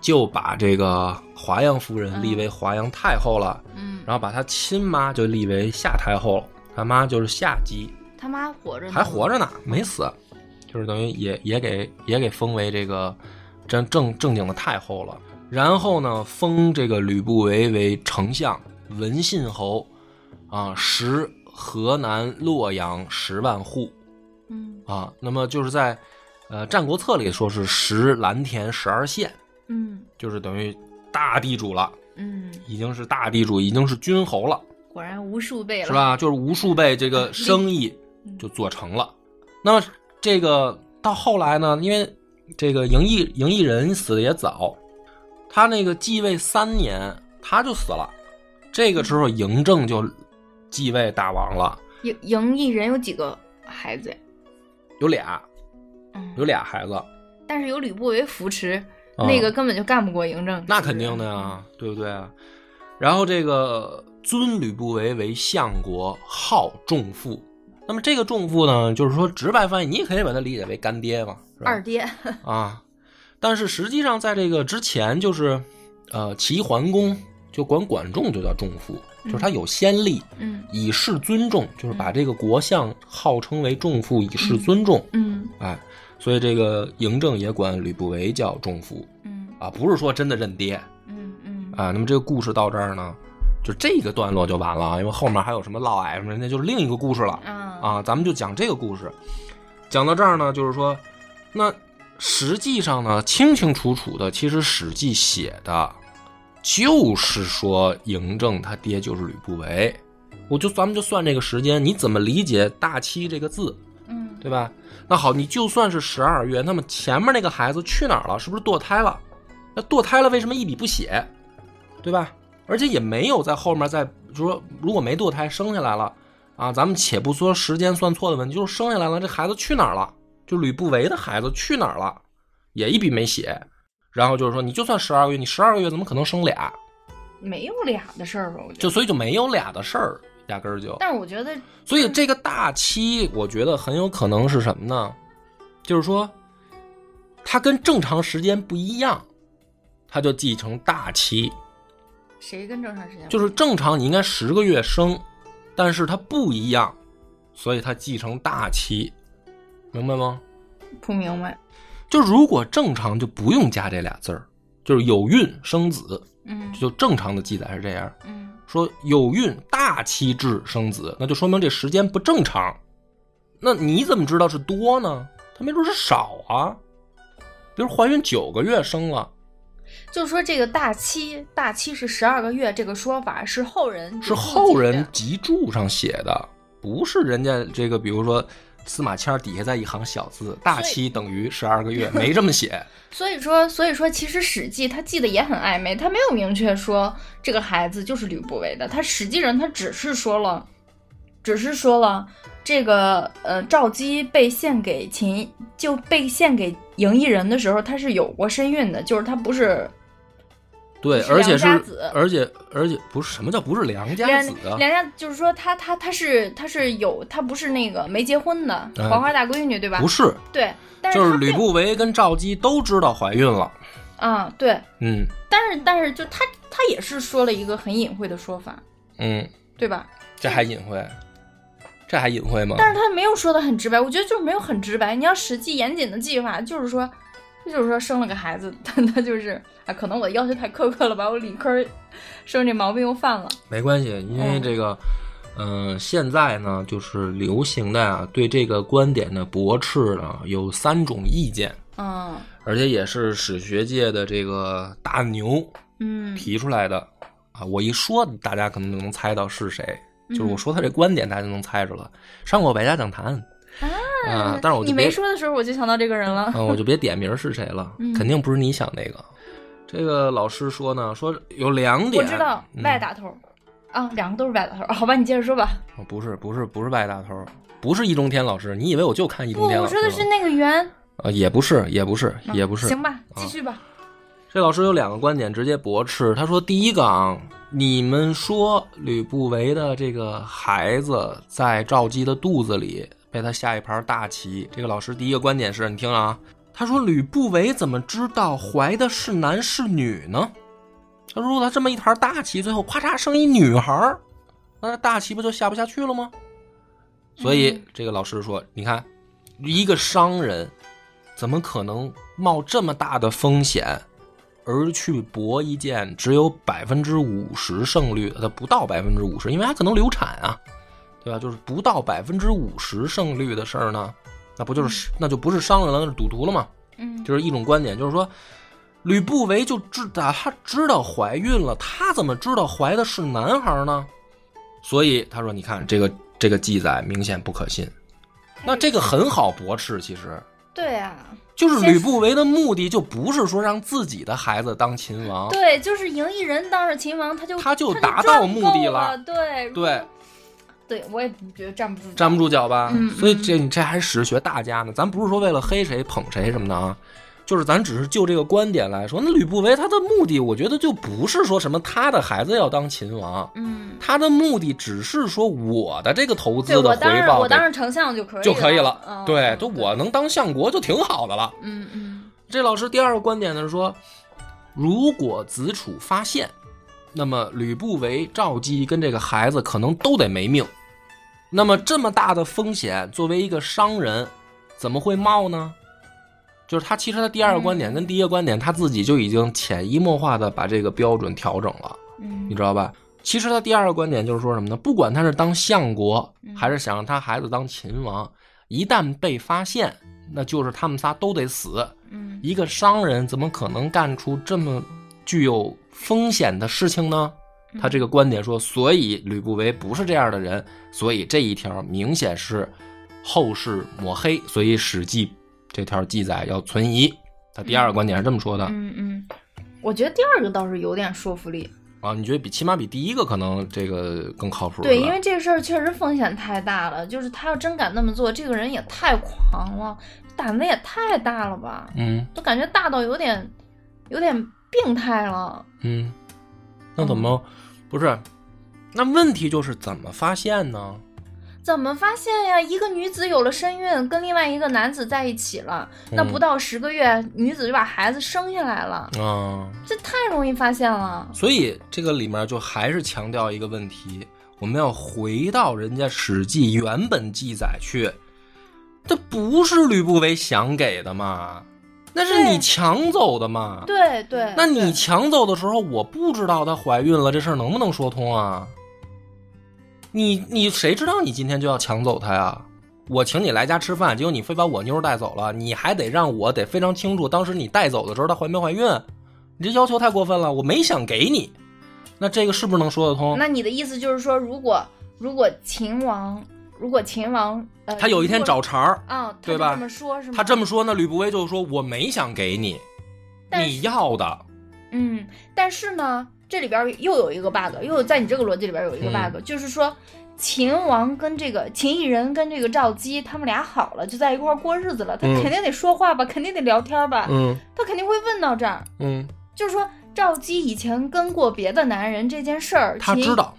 Speaker 1: 就把这个华阳夫人立为华阳太后了，
Speaker 2: 嗯，
Speaker 1: 然后把她亲妈就立为夏太后，他妈就是夏姬。
Speaker 2: 他妈活着呢，
Speaker 1: 还活着呢，没死，就是等于也也给也给封为这个正正正经的太后了。然后呢，封这个吕不韦为丞相、文信侯，啊，食河南洛阳十万户
Speaker 2: 嗯
Speaker 1: 啊。那么就是在呃《战国策》里说是食蓝田十二县，
Speaker 2: 嗯
Speaker 1: 就是等于大地主了，
Speaker 2: 嗯，
Speaker 1: 已经是大地主，已经是君侯了。
Speaker 2: 果然无数倍了，
Speaker 1: 是？吧？就是无数倍这个生意
Speaker 2: 嗯
Speaker 1: 就做成了。那么这个到后来呢，因为这个嬴异嬴异人死的也早，他那个继位三年他就死了。这个时候嬴政就继位大王了，
Speaker 2: 赢赢一人有几个孩子呀？
Speaker 1: 有俩有
Speaker 2: 嗯，
Speaker 1: 俩孩子，
Speaker 2: 但是有吕不韦扶持，
Speaker 1: 嗯
Speaker 2: 那个根本就干不过嬴政。
Speaker 1: 那肯定的呀，对不对啊？然后这个尊吕不韦为相国，号仲父。那么这个仲父呢，就是说直白翻译，你也可以把它理解为干爹嘛，是吧
Speaker 2: 二爹，
Speaker 1: 啊。但是实际上，在这个之前，就是呃，齐桓公就管管仲就叫仲父，就是他有先例，
Speaker 2: 嗯
Speaker 1: 以示尊重，就是把这个国相号称为仲父，以示尊重。
Speaker 2: 嗯
Speaker 1: 哎，所以这个嬴政也管吕不韦叫仲父
Speaker 2: 嗯
Speaker 1: 啊，不是说真的认爹
Speaker 2: 嗯嗯
Speaker 1: 啊。那么这个故事到这儿呢，就这个段落就完了，啊，因为后面还有什么嫪毐什么的，那就是另一个故事了。
Speaker 2: 啊
Speaker 1: 啊，咱们就讲这个故事。讲到这儿呢，就是说，那实际上呢，清清楚楚的，其实《史记》写的就是说嬴政他爹就是吕不韦。我就咱们就算这个时间，你怎么理解“大七”这个字，
Speaker 2: 嗯
Speaker 1: 对吧？那好，你就算是十二月，那么前面那个孩子去哪儿了？是不是堕胎了？那堕胎了，为什么一笔不写，对吧？而且也没有在后面再就说，如果没堕胎生下来了啊，咱们且不说时间算错的问题，就是生下来了，这孩子去哪儿了？就吕不韦的孩子去哪儿了？也一笔没写。然后就是说，你就算十二个月，你十二个月怎么可能生俩？
Speaker 2: 没有俩的事儿吧？我觉
Speaker 1: 就
Speaker 2: 得，
Speaker 1: 所以就没有俩的事儿，压根儿就。
Speaker 2: 但是我觉得
Speaker 1: 所以这个大七，我觉得很有可能是什么呢？就是说，它跟正常时间不一样，它就继承大七。
Speaker 2: 谁跟正常时间
Speaker 1: 就是正常你应该十个月生，但是它不一样，所以它继承大七，明白吗？
Speaker 2: 不明白？
Speaker 1: 就如果正常就不用加这俩字儿，就是有孕生子，
Speaker 2: 嗯
Speaker 1: 就正常的记载是这样。
Speaker 2: 嗯
Speaker 1: 说有孕大期至生子，那就说明这时间不正常。那你怎么知道是多呢？他没准是少啊。比如怀孕九个月生了，
Speaker 2: 就说这个大七，大七是十二个月，这个说法是后人
Speaker 1: 是后人集注上写的，不是人家这个，比如说司马迁底下在一行小字“大期等于十二个
Speaker 2: [laughs]
Speaker 1: 月”，没这么写。
Speaker 2: 所以说，所以说，其实《史记》他记得也很暧昧，他没有明确说这个孩子就是吕不韦的，他史记人他只是说了，只是说了这个呃赵姬被献给秦就被献给嬴异人的时候，她是有过身孕的，就是她不是
Speaker 1: 对，
Speaker 2: 是
Speaker 1: 而且
Speaker 2: 良
Speaker 1: 是
Speaker 2: 家子
Speaker 1: 而且而且不是什么叫不是良家
Speaker 2: 梁
Speaker 1: 子啊？
Speaker 2: 梁家就是说他他他是他是有他不是那个没结婚的
Speaker 1: 哎
Speaker 2: 黄花大闺女对吧
Speaker 1: 不？是，
Speaker 2: 对，但
Speaker 1: 就是
Speaker 2: 他
Speaker 1: 吕
Speaker 2: 并
Speaker 1: 不韦跟赵姬都知道怀孕了。
Speaker 2: 啊对，
Speaker 1: 嗯
Speaker 2: 但是但是就他他也是说了一个很隐晦的说法，
Speaker 1: 嗯，
Speaker 2: 对吧？
Speaker 1: 这还隐晦，这还隐晦吗？
Speaker 2: 但是他没有说的很直白，我觉得就是没有很直白。你要实际严谨的计划，就是说，就是说生了个孩子，但他就是啊，可能我的要求太苛刻了吧，我理科生这毛病又犯了。
Speaker 1: 没关系，因
Speaker 2: 哦
Speaker 1: 为这个，嗯、现在呢，就是流行的啊，对这个观点的驳斥呢，有三种意见，
Speaker 2: 嗯
Speaker 1: 而且也是史学界的这个大牛
Speaker 2: 嗯
Speaker 1: 提出来的啊。我一说，大家可能就能猜到是谁，就是我
Speaker 2: 嗯
Speaker 1: 说他这观点，大家就能猜着了。上过百家讲坛啊，但是我就
Speaker 2: 你
Speaker 1: 别
Speaker 2: 没说的时候，我就想到这个人 [laughs] 了。
Speaker 1: 嗯，我就别点名是谁了，
Speaker 2: 嗯
Speaker 1: 肯定不是你想那个。这个老师说呢，说有两
Speaker 2: 我
Speaker 1: 点，
Speaker 2: 知道
Speaker 1: 嗯
Speaker 2: 外打头、啊，两个都是外打头。好吧，你接着说吧。
Speaker 1: 哦不是不是不是外大头，不是易中天老师，你以为我就看易
Speaker 2: 不，
Speaker 1: 中天
Speaker 2: 我
Speaker 1: 老师
Speaker 2: 说
Speaker 1: 吗？
Speaker 2: 的是那个圆，
Speaker 1: 呃，也不是，也不是，
Speaker 2: 啊
Speaker 1: 嗯也不是。
Speaker 2: 行吧，
Speaker 1: 啊
Speaker 2: 继续吧。
Speaker 1: 这老师有两个观点直接驳斥，他说第一个啊，你们说吕不韦的这个孩子在赵姬的肚子里被他下一盘大棋，这个老师第一个观点是你听啊，他说吕不韦怎么知道怀的是男是女呢？他说他这么一盘大棋，最后咔嚓生一女孩儿，那大棋不就下不下去了吗？所以
Speaker 2: 嗯
Speaker 1: 这个老师说，你看，一个商人怎么可能冒这么大的风险，而去搏一件只有百分之五十胜率，它不到百分之五十，因为它可能流产啊，对吧？就是不到百分之五十胜率的事儿呢，那不就是那就不是商人了，那是赌徒了嘛？
Speaker 2: 嗯，
Speaker 1: 就是一种观点，就是说，吕不韦就知道他知道怀孕了，他怎么知道怀的是男孩呢？所以他说，你看这个这个记载明显不可信。那这个很好驳斥，其实
Speaker 2: 对啊，
Speaker 1: 就是吕不韦的目的就不是说让自己的孩子当秦王，
Speaker 2: 对，就是赢一人当上秦王，他就
Speaker 1: 啊他就
Speaker 2: 就
Speaker 1: 达
Speaker 2: 赚
Speaker 1: 到目的
Speaker 2: 够
Speaker 1: 了
Speaker 2: 了。对如
Speaker 1: 对，
Speaker 2: 对，我也不觉得站不住脚，
Speaker 1: 站不住脚吧？
Speaker 2: 嗯
Speaker 1: 所以这你这还是史学大家呢，咱不是说为了黑谁捧谁什么的啊，就是咱只是就这个观点来说，那吕不韦他的目的，我觉得就不是说什么他的孩子要当秦王，
Speaker 2: 嗯，
Speaker 1: 他的目的只是说我的这个投
Speaker 2: 对
Speaker 1: 资
Speaker 2: 我
Speaker 1: 的
Speaker 2: 当
Speaker 1: 回
Speaker 2: 然
Speaker 1: 报
Speaker 2: 我当
Speaker 1: 得
Speaker 2: 上丞相就可以
Speaker 1: 就可以了。
Speaker 2: 嗯
Speaker 1: 对，
Speaker 2: 嗯
Speaker 1: 就我能当相国就挺好的了。
Speaker 2: 嗯嗯
Speaker 1: 这老师第二个观点呢是说，如果子楚发现，那么吕不韦、赵姬跟这个孩子可能都得没命。那么这么大的风险，作为一个商人，怎么会冒呢？就是他其实他第二个观点
Speaker 2: 嗯
Speaker 1: 跟第一个观点，他自己就已经潜移默化的把这个标准调整了。你
Speaker 2: 嗯
Speaker 1: 知道吧？其实他第二个观点就是说什么呢？不管他是当相国
Speaker 2: 嗯，
Speaker 1: 还是想让他孩子当秦王，一旦被发现，那就是他们仨都得死。
Speaker 2: 嗯
Speaker 1: 一个商人怎么可能干出这么具有风险的事情呢？
Speaker 2: 嗯
Speaker 1: 他这个观点说，所以吕不韦不是这样的人，所以这一条明显是后世抹黑，所以《史记》这条记载要存疑。他第二个观点是这么说的
Speaker 2: 嗯嗯，我觉得第二个倒是有点说服力，
Speaker 1: 啊，你觉得比起码比第一个可能这个更靠谱？
Speaker 2: 对，
Speaker 1: 是吧
Speaker 2: 因为这个事儿确实风险太大了，就是他要真敢那么做，这个人也太狂了，胆子也太大了吧，
Speaker 1: 嗯，
Speaker 2: 就感觉大到有点有点病态了。
Speaker 1: 嗯，那怎么、不是？那问题就是怎么发现呢？
Speaker 2: 怎么发现呀？一个女子有了身孕，跟另外一个男子在一起了，那
Speaker 1: 嗯
Speaker 2: 不到十个月，女子就把孩子生下来了，
Speaker 1: 啊、
Speaker 2: 这太容易发现了。
Speaker 1: 所以这个里面就还是强调一个问题，我们要回到人家《史记》原本记载去，这不是吕不韦想给的嘛？那是
Speaker 2: 对
Speaker 1: 你抢走的嘛？
Speaker 2: 对对，
Speaker 1: 那你
Speaker 2: 嗯对
Speaker 1: 抢走的时候，我不知道她怀孕了，这事儿能不能说通啊？你你谁知道你今天就要抢走她呀？我请你来家吃饭，结果你非把我妞儿带走了，你还得让我得非常清楚，当时你带走的时候她怀没怀孕？你这要求太过分了，我没想给你。那这个是不是能说得通？
Speaker 2: 那你的意思就是说，如果如果秦王，如果秦王，呃，
Speaker 1: 他有一天
Speaker 2: 如果
Speaker 1: 找茬儿，
Speaker 2: 啊，他
Speaker 1: 对
Speaker 2: 就
Speaker 1: 吧
Speaker 2: 这么说，是吗？
Speaker 1: 他这么说，那吕不韦就说我没想给你，
Speaker 2: 但
Speaker 1: 你要的，
Speaker 2: 嗯，但是呢，这里边儿又有一个 bug，又有在你这个逻辑里边儿有一个
Speaker 1: 嗯
Speaker 2: bug，、就是说秦王跟这个秦异人跟这个赵姬他们俩好了，就在一块儿过日子了，他
Speaker 1: 嗯
Speaker 2: 肯定得说话吧，肯定得聊天吧，
Speaker 1: 嗯
Speaker 2: 他肯定会问到这儿，
Speaker 1: 嗯
Speaker 2: 就是说赵姬以前跟过别的男人这件事儿，
Speaker 1: 他
Speaker 2: 秦
Speaker 1: 知，道，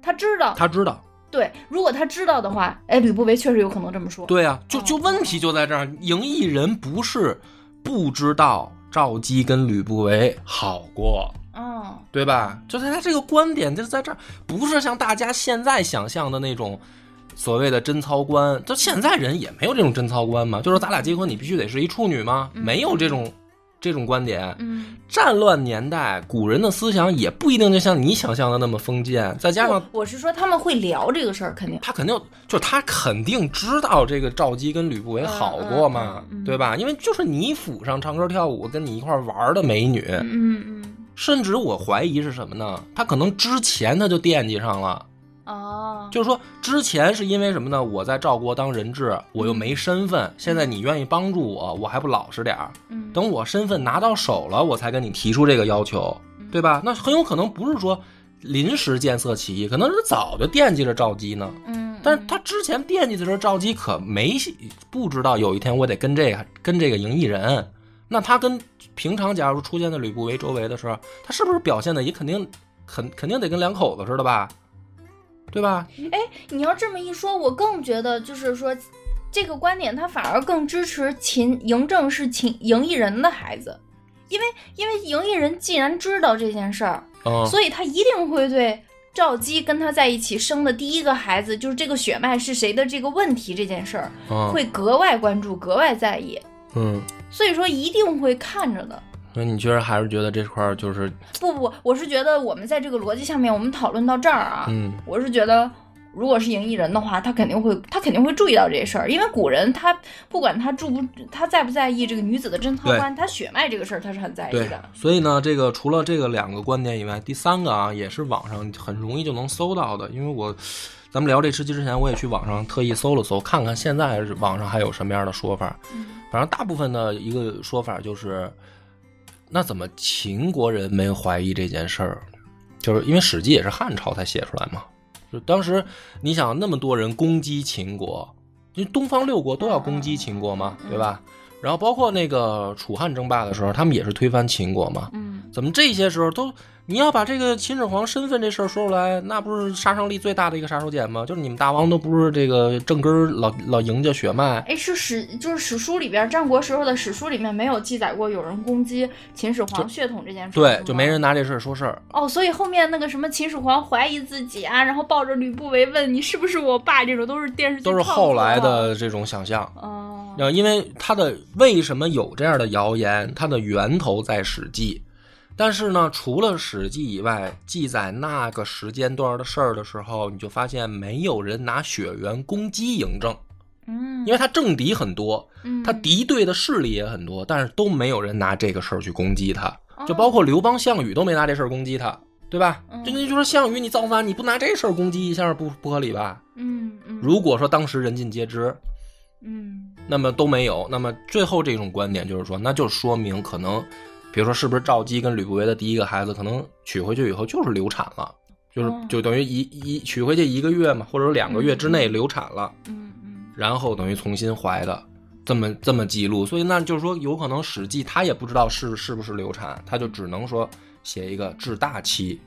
Speaker 2: 他知道，
Speaker 1: 他知道，
Speaker 2: 对，如果他知道的话，哎，吕不韦确实有可能这么说。
Speaker 1: 对呀、就就问题就在这儿，赢异人不是不知道赵姬跟吕不韦好过，
Speaker 2: 嗯，
Speaker 1: 对吧？就是他这个观点就是在这儿，不是像大家现在想象的那种所谓的贞操观，就现在人也没有这种贞操观嘛，就说咱俩结婚你必须得是一处女吗？
Speaker 2: 嗯
Speaker 1: 没有这种这种观点。
Speaker 2: 嗯，
Speaker 1: 战乱年代，古人的思想也不一定就像你想象的那么封建，再加上
Speaker 2: 我我是说他们会聊这个事儿，肯定。
Speaker 1: 他肯定就是他肯定知道这个赵姬跟吕不韦好过嘛，
Speaker 2: 嗯嗯嗯嗯
Speaker 1: 对吧？因为就是你府上唱歌跳舞跟你一块儿玩儿的美女，
Speaker 2: 嗯嗯
Speaker 1: 甚至我怀疑是什么呢？他可能之前他就惦记上了，
Speaker 2: 嗯，哦，
Speaker 1: 就是说之前是因为什么呢？我在赵国当人质，我又没身份，现在你愿意帮助我，我还不老实点儿？
Speaker 2: 嗯
Speaker 1: 等我身份拿到手了，我才跟你提出这个要求，
Speaker 2: 嗯
Speaker 1: 对吧？那很有可能不是说临时见色起意，可能是早就惦记着赵姬呢。
Speaker 2: 嗯，
Speaker 1: 但是他之前惦记的时候，赵姬可没不知道有一天我得跟这个跟这个赢异人。那他跟平常假如出现在吕不韦周围的时候，他是不是表现的也肯定肯肯定得跟两口子似的吧？对吧？
Speaker 2: 你要这么一说，我更觉得就是说，这个观点他反而更支持秦嬴政是秦嬴异人的孩子，因为因为嬴异人既然知道这件事儿，
Speaker 1: 嗯，
Speaker 2: 所以他一定会对赵姬跟他在一起生的第一个孩子，就是这个血脉是谁的这个问题这件事儿，
Speaker 1: 嗯
Speaker 2: 会格外关注，格外在意，
Speaker 1: 嗯，
Speaker 2: 所以说一定会看着的。
Speaker 1: 所以你确实还是觉得这块儿就是
Speaker 2: 不不，我是觉得我们在这个逻辑下面，我们讨论到这儿啊，
Speaker 1: 嗯
Speaker 2: 我是觉得，如果是赢异人的话，他肯定会，他肯定会注意到这事儿，因为古人他不管他注不，他在不在意这个女子的贞操观，他血脉这个事儿他是很在意
Speaker 1: 对
Speaker 2: 的。。
Speaker 1: 所以呢，这个除了这个两个观点以外，第三个啊也是网上很容易就能搜到的，因为我。咱们聊这期之前，我也去网上特意搜了搜，看看现在网上还有什么样的说法。
Speaker 2: 嗯
Speaker 1: 反正大部分的一个说法就是，那怎么秦国人没怀疑这件事儿？就是因为《史记》也是汉朝才写出来嘛。就当时你想，那么多人攻击秦国，就东方六国都要攻击秦国
Speaker 2: 啊
Speaker 1: 嘛，对吧？然后包括那个楚汉争霸的时候，他们也是推翻秦国嘛。
Speaker 2: 嗯
Speaker 1: 怎么这些时候都你要把这个秦始皇身份这事儿说出来，那不是杀伤力最大的一个杀手锏吗？就是你们大王都不是这个正根儿老老赢家血脉，
Speaker 2: 哎，是史就是史书里边战国时候的史书里面没有记载过有人攻击秦始皇血统这件事儿是
Speaker 1: 对
Speaker 2: 吗，
Speaker 1: 就没人拿这事儿说事儿。
Speaker 2: 哦，所以后面那个什么秦始皇怀疑自己啊，然后抱着吕不韦问你是不是我爸，这种都是电视剧
Speaker 1: 都是
Speaker 2: 创作
Speaker 1: 后来的这种想象。
Speaker 2: 哦，
Speaker 1: 然后，因为它的为什么有这样的谣言，它的源头在《史记》，但是呢，除了《史记》以外，记载那个时间段的事儿的时候，你就发现没有人拿血缘攻击嬴政，
Speaker 2: 嗯，
Speaker 1: 因为他政敌很多，
Speaker 2: 嗯
Speaker 1: 他敌对的势力也很多，但是都没有人拿这个事儿去攻击他，
Speaker 2: 哦
Speaker 1: 就包括刘邦、项羽都没拿这事儿攻击他，对吧
Speaker 2: 嗯？
Speaker 1: 这就说项羽你造反，你不拿这事儿攻击一下，不不合理吧？
Speaker 2: 嗯嗯
Speaker 1: 如果说当时人尽皆知，
Speaker 2: 嗯
Speaker 1: 那么都没有。那么最后这种观点就是说，那就说明可能，比如说是不是赵姬跟吕不韦的第一个孩子，可能娶回去以后就是流产了，就是
Speaker 2: 哦
Speaker 1: 就等于一一娶回去一个月嘛，或者说两个月之内流产了，
Speaker 2: 嗯嗯
Speaker 1: 然后等于重新怀的。这么这么记录，所以那就是说，有可能《史记》他也不知道是是不是流产，他就只能说写一个至大期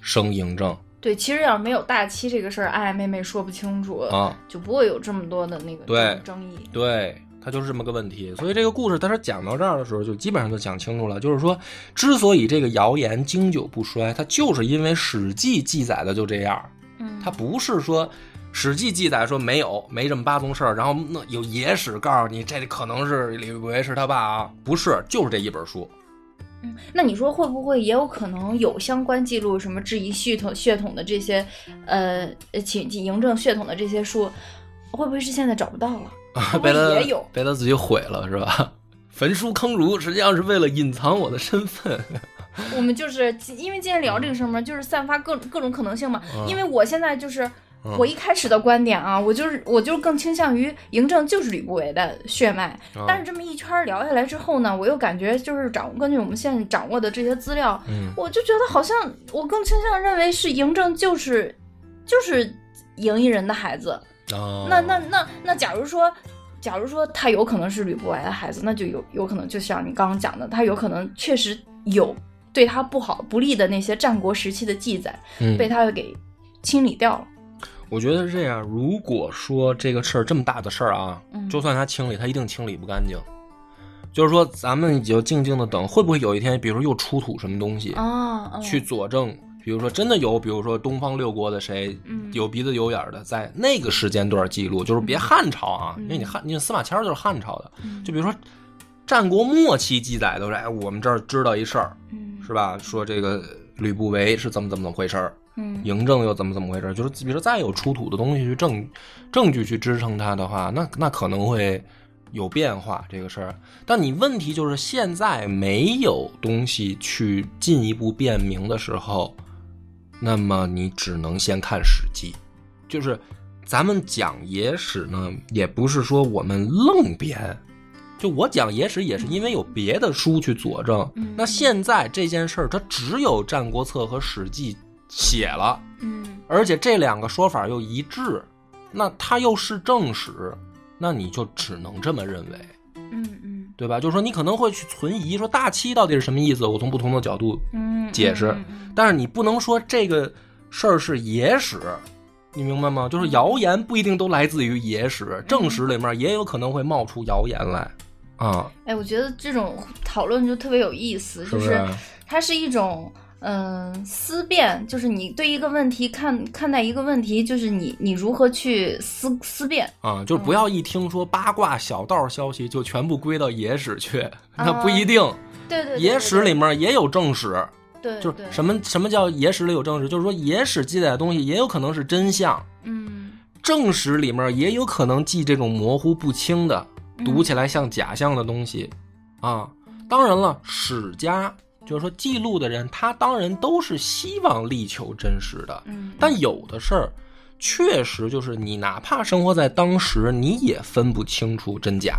Speaker 1: 生嬴政
Speaker 2: 对，其实要是没有大七这个事儿，哎，妹妹说不清楚，
Speaker 1: 啊，
Speaker 2: 就不会有这么多的那个
Speaker 1: 对
Speaker 2: 争议。
Speaker 1: 对，它就是这么个问题。所以这个故事，它是讲到这儿的时候，就基本上就讲清楚了。就是说，之所以这个谣言经久不衰，它就是因为《史记》记载的就这样，
Speaker 2: 嗯，
Speaker 1: 它不是说。《史记》记载说没有，没这么八宗事儿，然后那有野史告诉你，这可能是李不韦是他爸啊，不是，就是这一本书。
Speaker 2: 嗯，那你说会不会也有可能有相关记录，什么质疑系统血统的这些，呃，呃秦秦嬴政血统的这些书，会不会是现在找不到了？会不
Speaker 1: 被
Speaker 2: 会
Speaker 1: 他
Speaker 2: 也有？
Speaker 1: 被他自己毁了是吧？ [laughs] 焚书坑儒，实际上是为了隐藏我的身份。
Speaker 2: 我们就是因为今天聊这个事儿嘛，就是散发各各种可能性嘛。
Speaker 1: 嗯
Speaker 2: 因为我现在就是。
Speaker 1: 嗯
Speaker 2: 我一开始的观点啊，我就是我就是更倾向于嬴政就是吕不韦的血脉，
Speaker 1: 嗯
Speaker 2: 但是这么一圈儿聊下来之后呢，我又感觉就是掌根据我们现在掌握的这些资料，
Speaker 1: 嗯 [laughs]
Speaker 2: 我就觉得好像我更倾向认为是嬴政就是就是嬴异人的孩子。
Speaker 1: 啊，
Speaker 2: 那那那那，假如说。假如说他有可能是吕不韦的孩子，那就有有可能，就像你刚刚讲的，他有可能确实有对他不好不利的那些战国时期的记载，
Speaker 1: 嗯
Speaker 2: 被他给清理掉了。
Speaker 1: 我觉得是这样。如果说这个事儿这么大的事儿啊，
Speaker 2: 嗯
Speaker 1: 就算他清理，他一定清理不干净。就是说，咱们就静静的等，会不会有一天，比如说又出土什么东西，
Speaker 2: 啊，嗯
Speaker 1: 去佐证？比如说真的有，比如说东方六国的谁
Speaker 2: 嗯
Speaker 1: 有鼻子有眼儿的，在那个时间段记录，就是别汉朝
Speaker 2: 嗯
Speaker 1: 啊，因为你汉，因为司马迁儿就是汉朝的，就比如说战国末期记载都是，哎，我们这儿知道一事儿，
Speaker 2: 嗯
Speaker 1: 是吧？说这个吕不韦是怎么怎么回事儿，
Speaker 2: 嗯
Speaker 1: 嬴政又怎么怎么回事儿？就是比如说再有出土的东西去证证据去支撑它的话，那那可能会有变化这个事儿。但你问题就是现在没有东西去进一步辨明的时候，那么你只能先看《史记》，就是咱们讲野史呢，也不是说我们愣编。就我讲野史也是因为有别的书去佐证，
Speaker 2: 嗯
Speaker 1: 那现在这件事儿它只有《战国策》和《史记》写了，
Speaker 2: 嗯
Speaker 1: 而且这两个说法又一致，那它又是正史，那你就只能这么认为，
Speaker 2: 嗯嗯
Speaker 1: 对吧？就是说你可能会去存疑，说大七到底是什么意思？我从不同的角度，
Speaker 2: 嗯，
Speaker 1: 解释
Speaker 2: 嗯嗯
Speaker 1: 但是你不能说这个事儿是野史。你明白吗？就是谣言不一定都来自于野史，正史里面也有可能会冒出谣言来，啊，
Speaker 2: 哎，我觉得这种讨论就特别有意思，
Speaker 1: 是啊
Speaker 2: 就
Speaker 1: 不
Speaker 2: 是它是一种嗯、思辨，就是你对一个问题看看待一个问题，就是你你如何去思思辨，
Speaker 1: 啊、就是
Speaker 2: 嗯
Speaker 1: 不要一听说八卦小道消息就全部归到野史去，那不一定。
Speaker 2: 对啊对对
Speaker 1: 野史里面也有正史，
Speaker 2: 对，
Speaker 1: 就是
Speaker 2: 对
Speaker 1: 什么什么叫野史里有正史，就是说野史记载的东西也有可能是真相，
Speaker 2: 嗯
Speaker 1: 正史里面也有可能记这种模糊不清的、
Speaker 2: 嗯
Speaker 1: 读起来像假象的东西啊。当然了，史家就是说记录的人，他当然都是希望力求真实的，
Speaker 2: 嗯，
Speaker 1: 但有的事儿。确实，就是你哪怕生活在当时，你也分不清楚真假。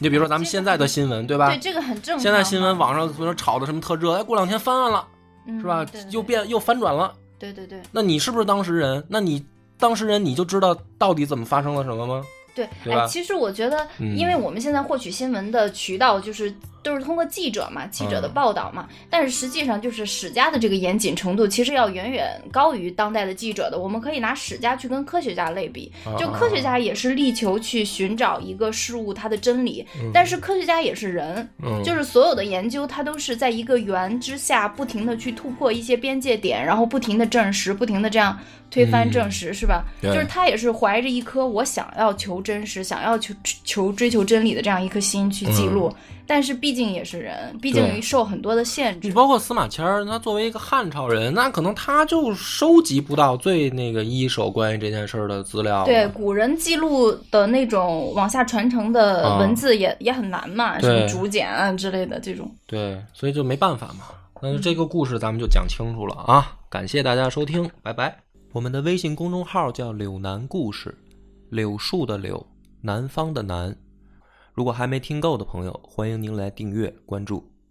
Speaker 1: 你比如说咱们现在的新闻，对吧？
Speaker 2: 对这个很正常嘛，啊
Speaker 1: 现在新闻网上比如说炒的什么特热，哎，过两天翻案了，
Speaker 2: 嗯
Speaker 1: 是吧？
Speaker 2: 对对
Speaker 1: 又
Speaker 2: 对
Speaker 1: 变又翻转了，
Speaker 2: 对对对
Speaker 1: 那你是不是当事人？那你当事人你就知道到底怎么发生了什么吗？
Speaker 2: 对，
Speaker 1: 对吧
Speaker 2: 哎，其实我觉得，
Speaker 1: 嗯
Speaker 2: 因为我们现在获取新闻的渠道就是都是通过记者嘛，记者的
Speaker 1: 嗯
Speaker 2: 报道嘛，但是实际上就是史家的这个严谨程度，其实要远远高于当代的记者的。我们可以拿史家去跟科学家类比，
Speaker 1: 啊
Speaker 2: 就科学家也是力求去寻找一个事物它的真理，但是科学家也是人，
Speaker 1: 嗯，
Speaker 2: 就是所有的研究，它都是在一个圆之下，不停的去突破一些边界点，然后不停的证实，不停的这样推翻
Speaker 1: 嗯
Speaker 2: 证实，是吧？
Speaker 1: 对
Speaker 2: 就是他也是怀着一颗我想要求真实、想要求求追求真理的这样一颗心去记录，但是毕竟也是人，毕
Speaker 1: 嗯对
Speaker 2: 竟受很多的限
Speaker 1: 你
Speaker 2: 制。
Speaker 1: 包括司马迁儿，他作为一个汉朝人，那可能他就收集不到最那个一手关于这件事儿的资料。
Speaker 2: 对古人记录的那种往下传承的
Speaker 1: 啊
Speaker 2: 文字也、也很难嘛，什么
Speaker 1: 对
Speaker 2: 竹简啊之类的这种。
Speaker 1: 对，所以就没办法嘛。那就这个故事咱们就讲清楚了啊！感谢大家收听，拜拜。我们的微信公众号叫“柳南故事”，柳树的柳，南方的南。如果还没听够的朋友，欢迎您来订阅关注。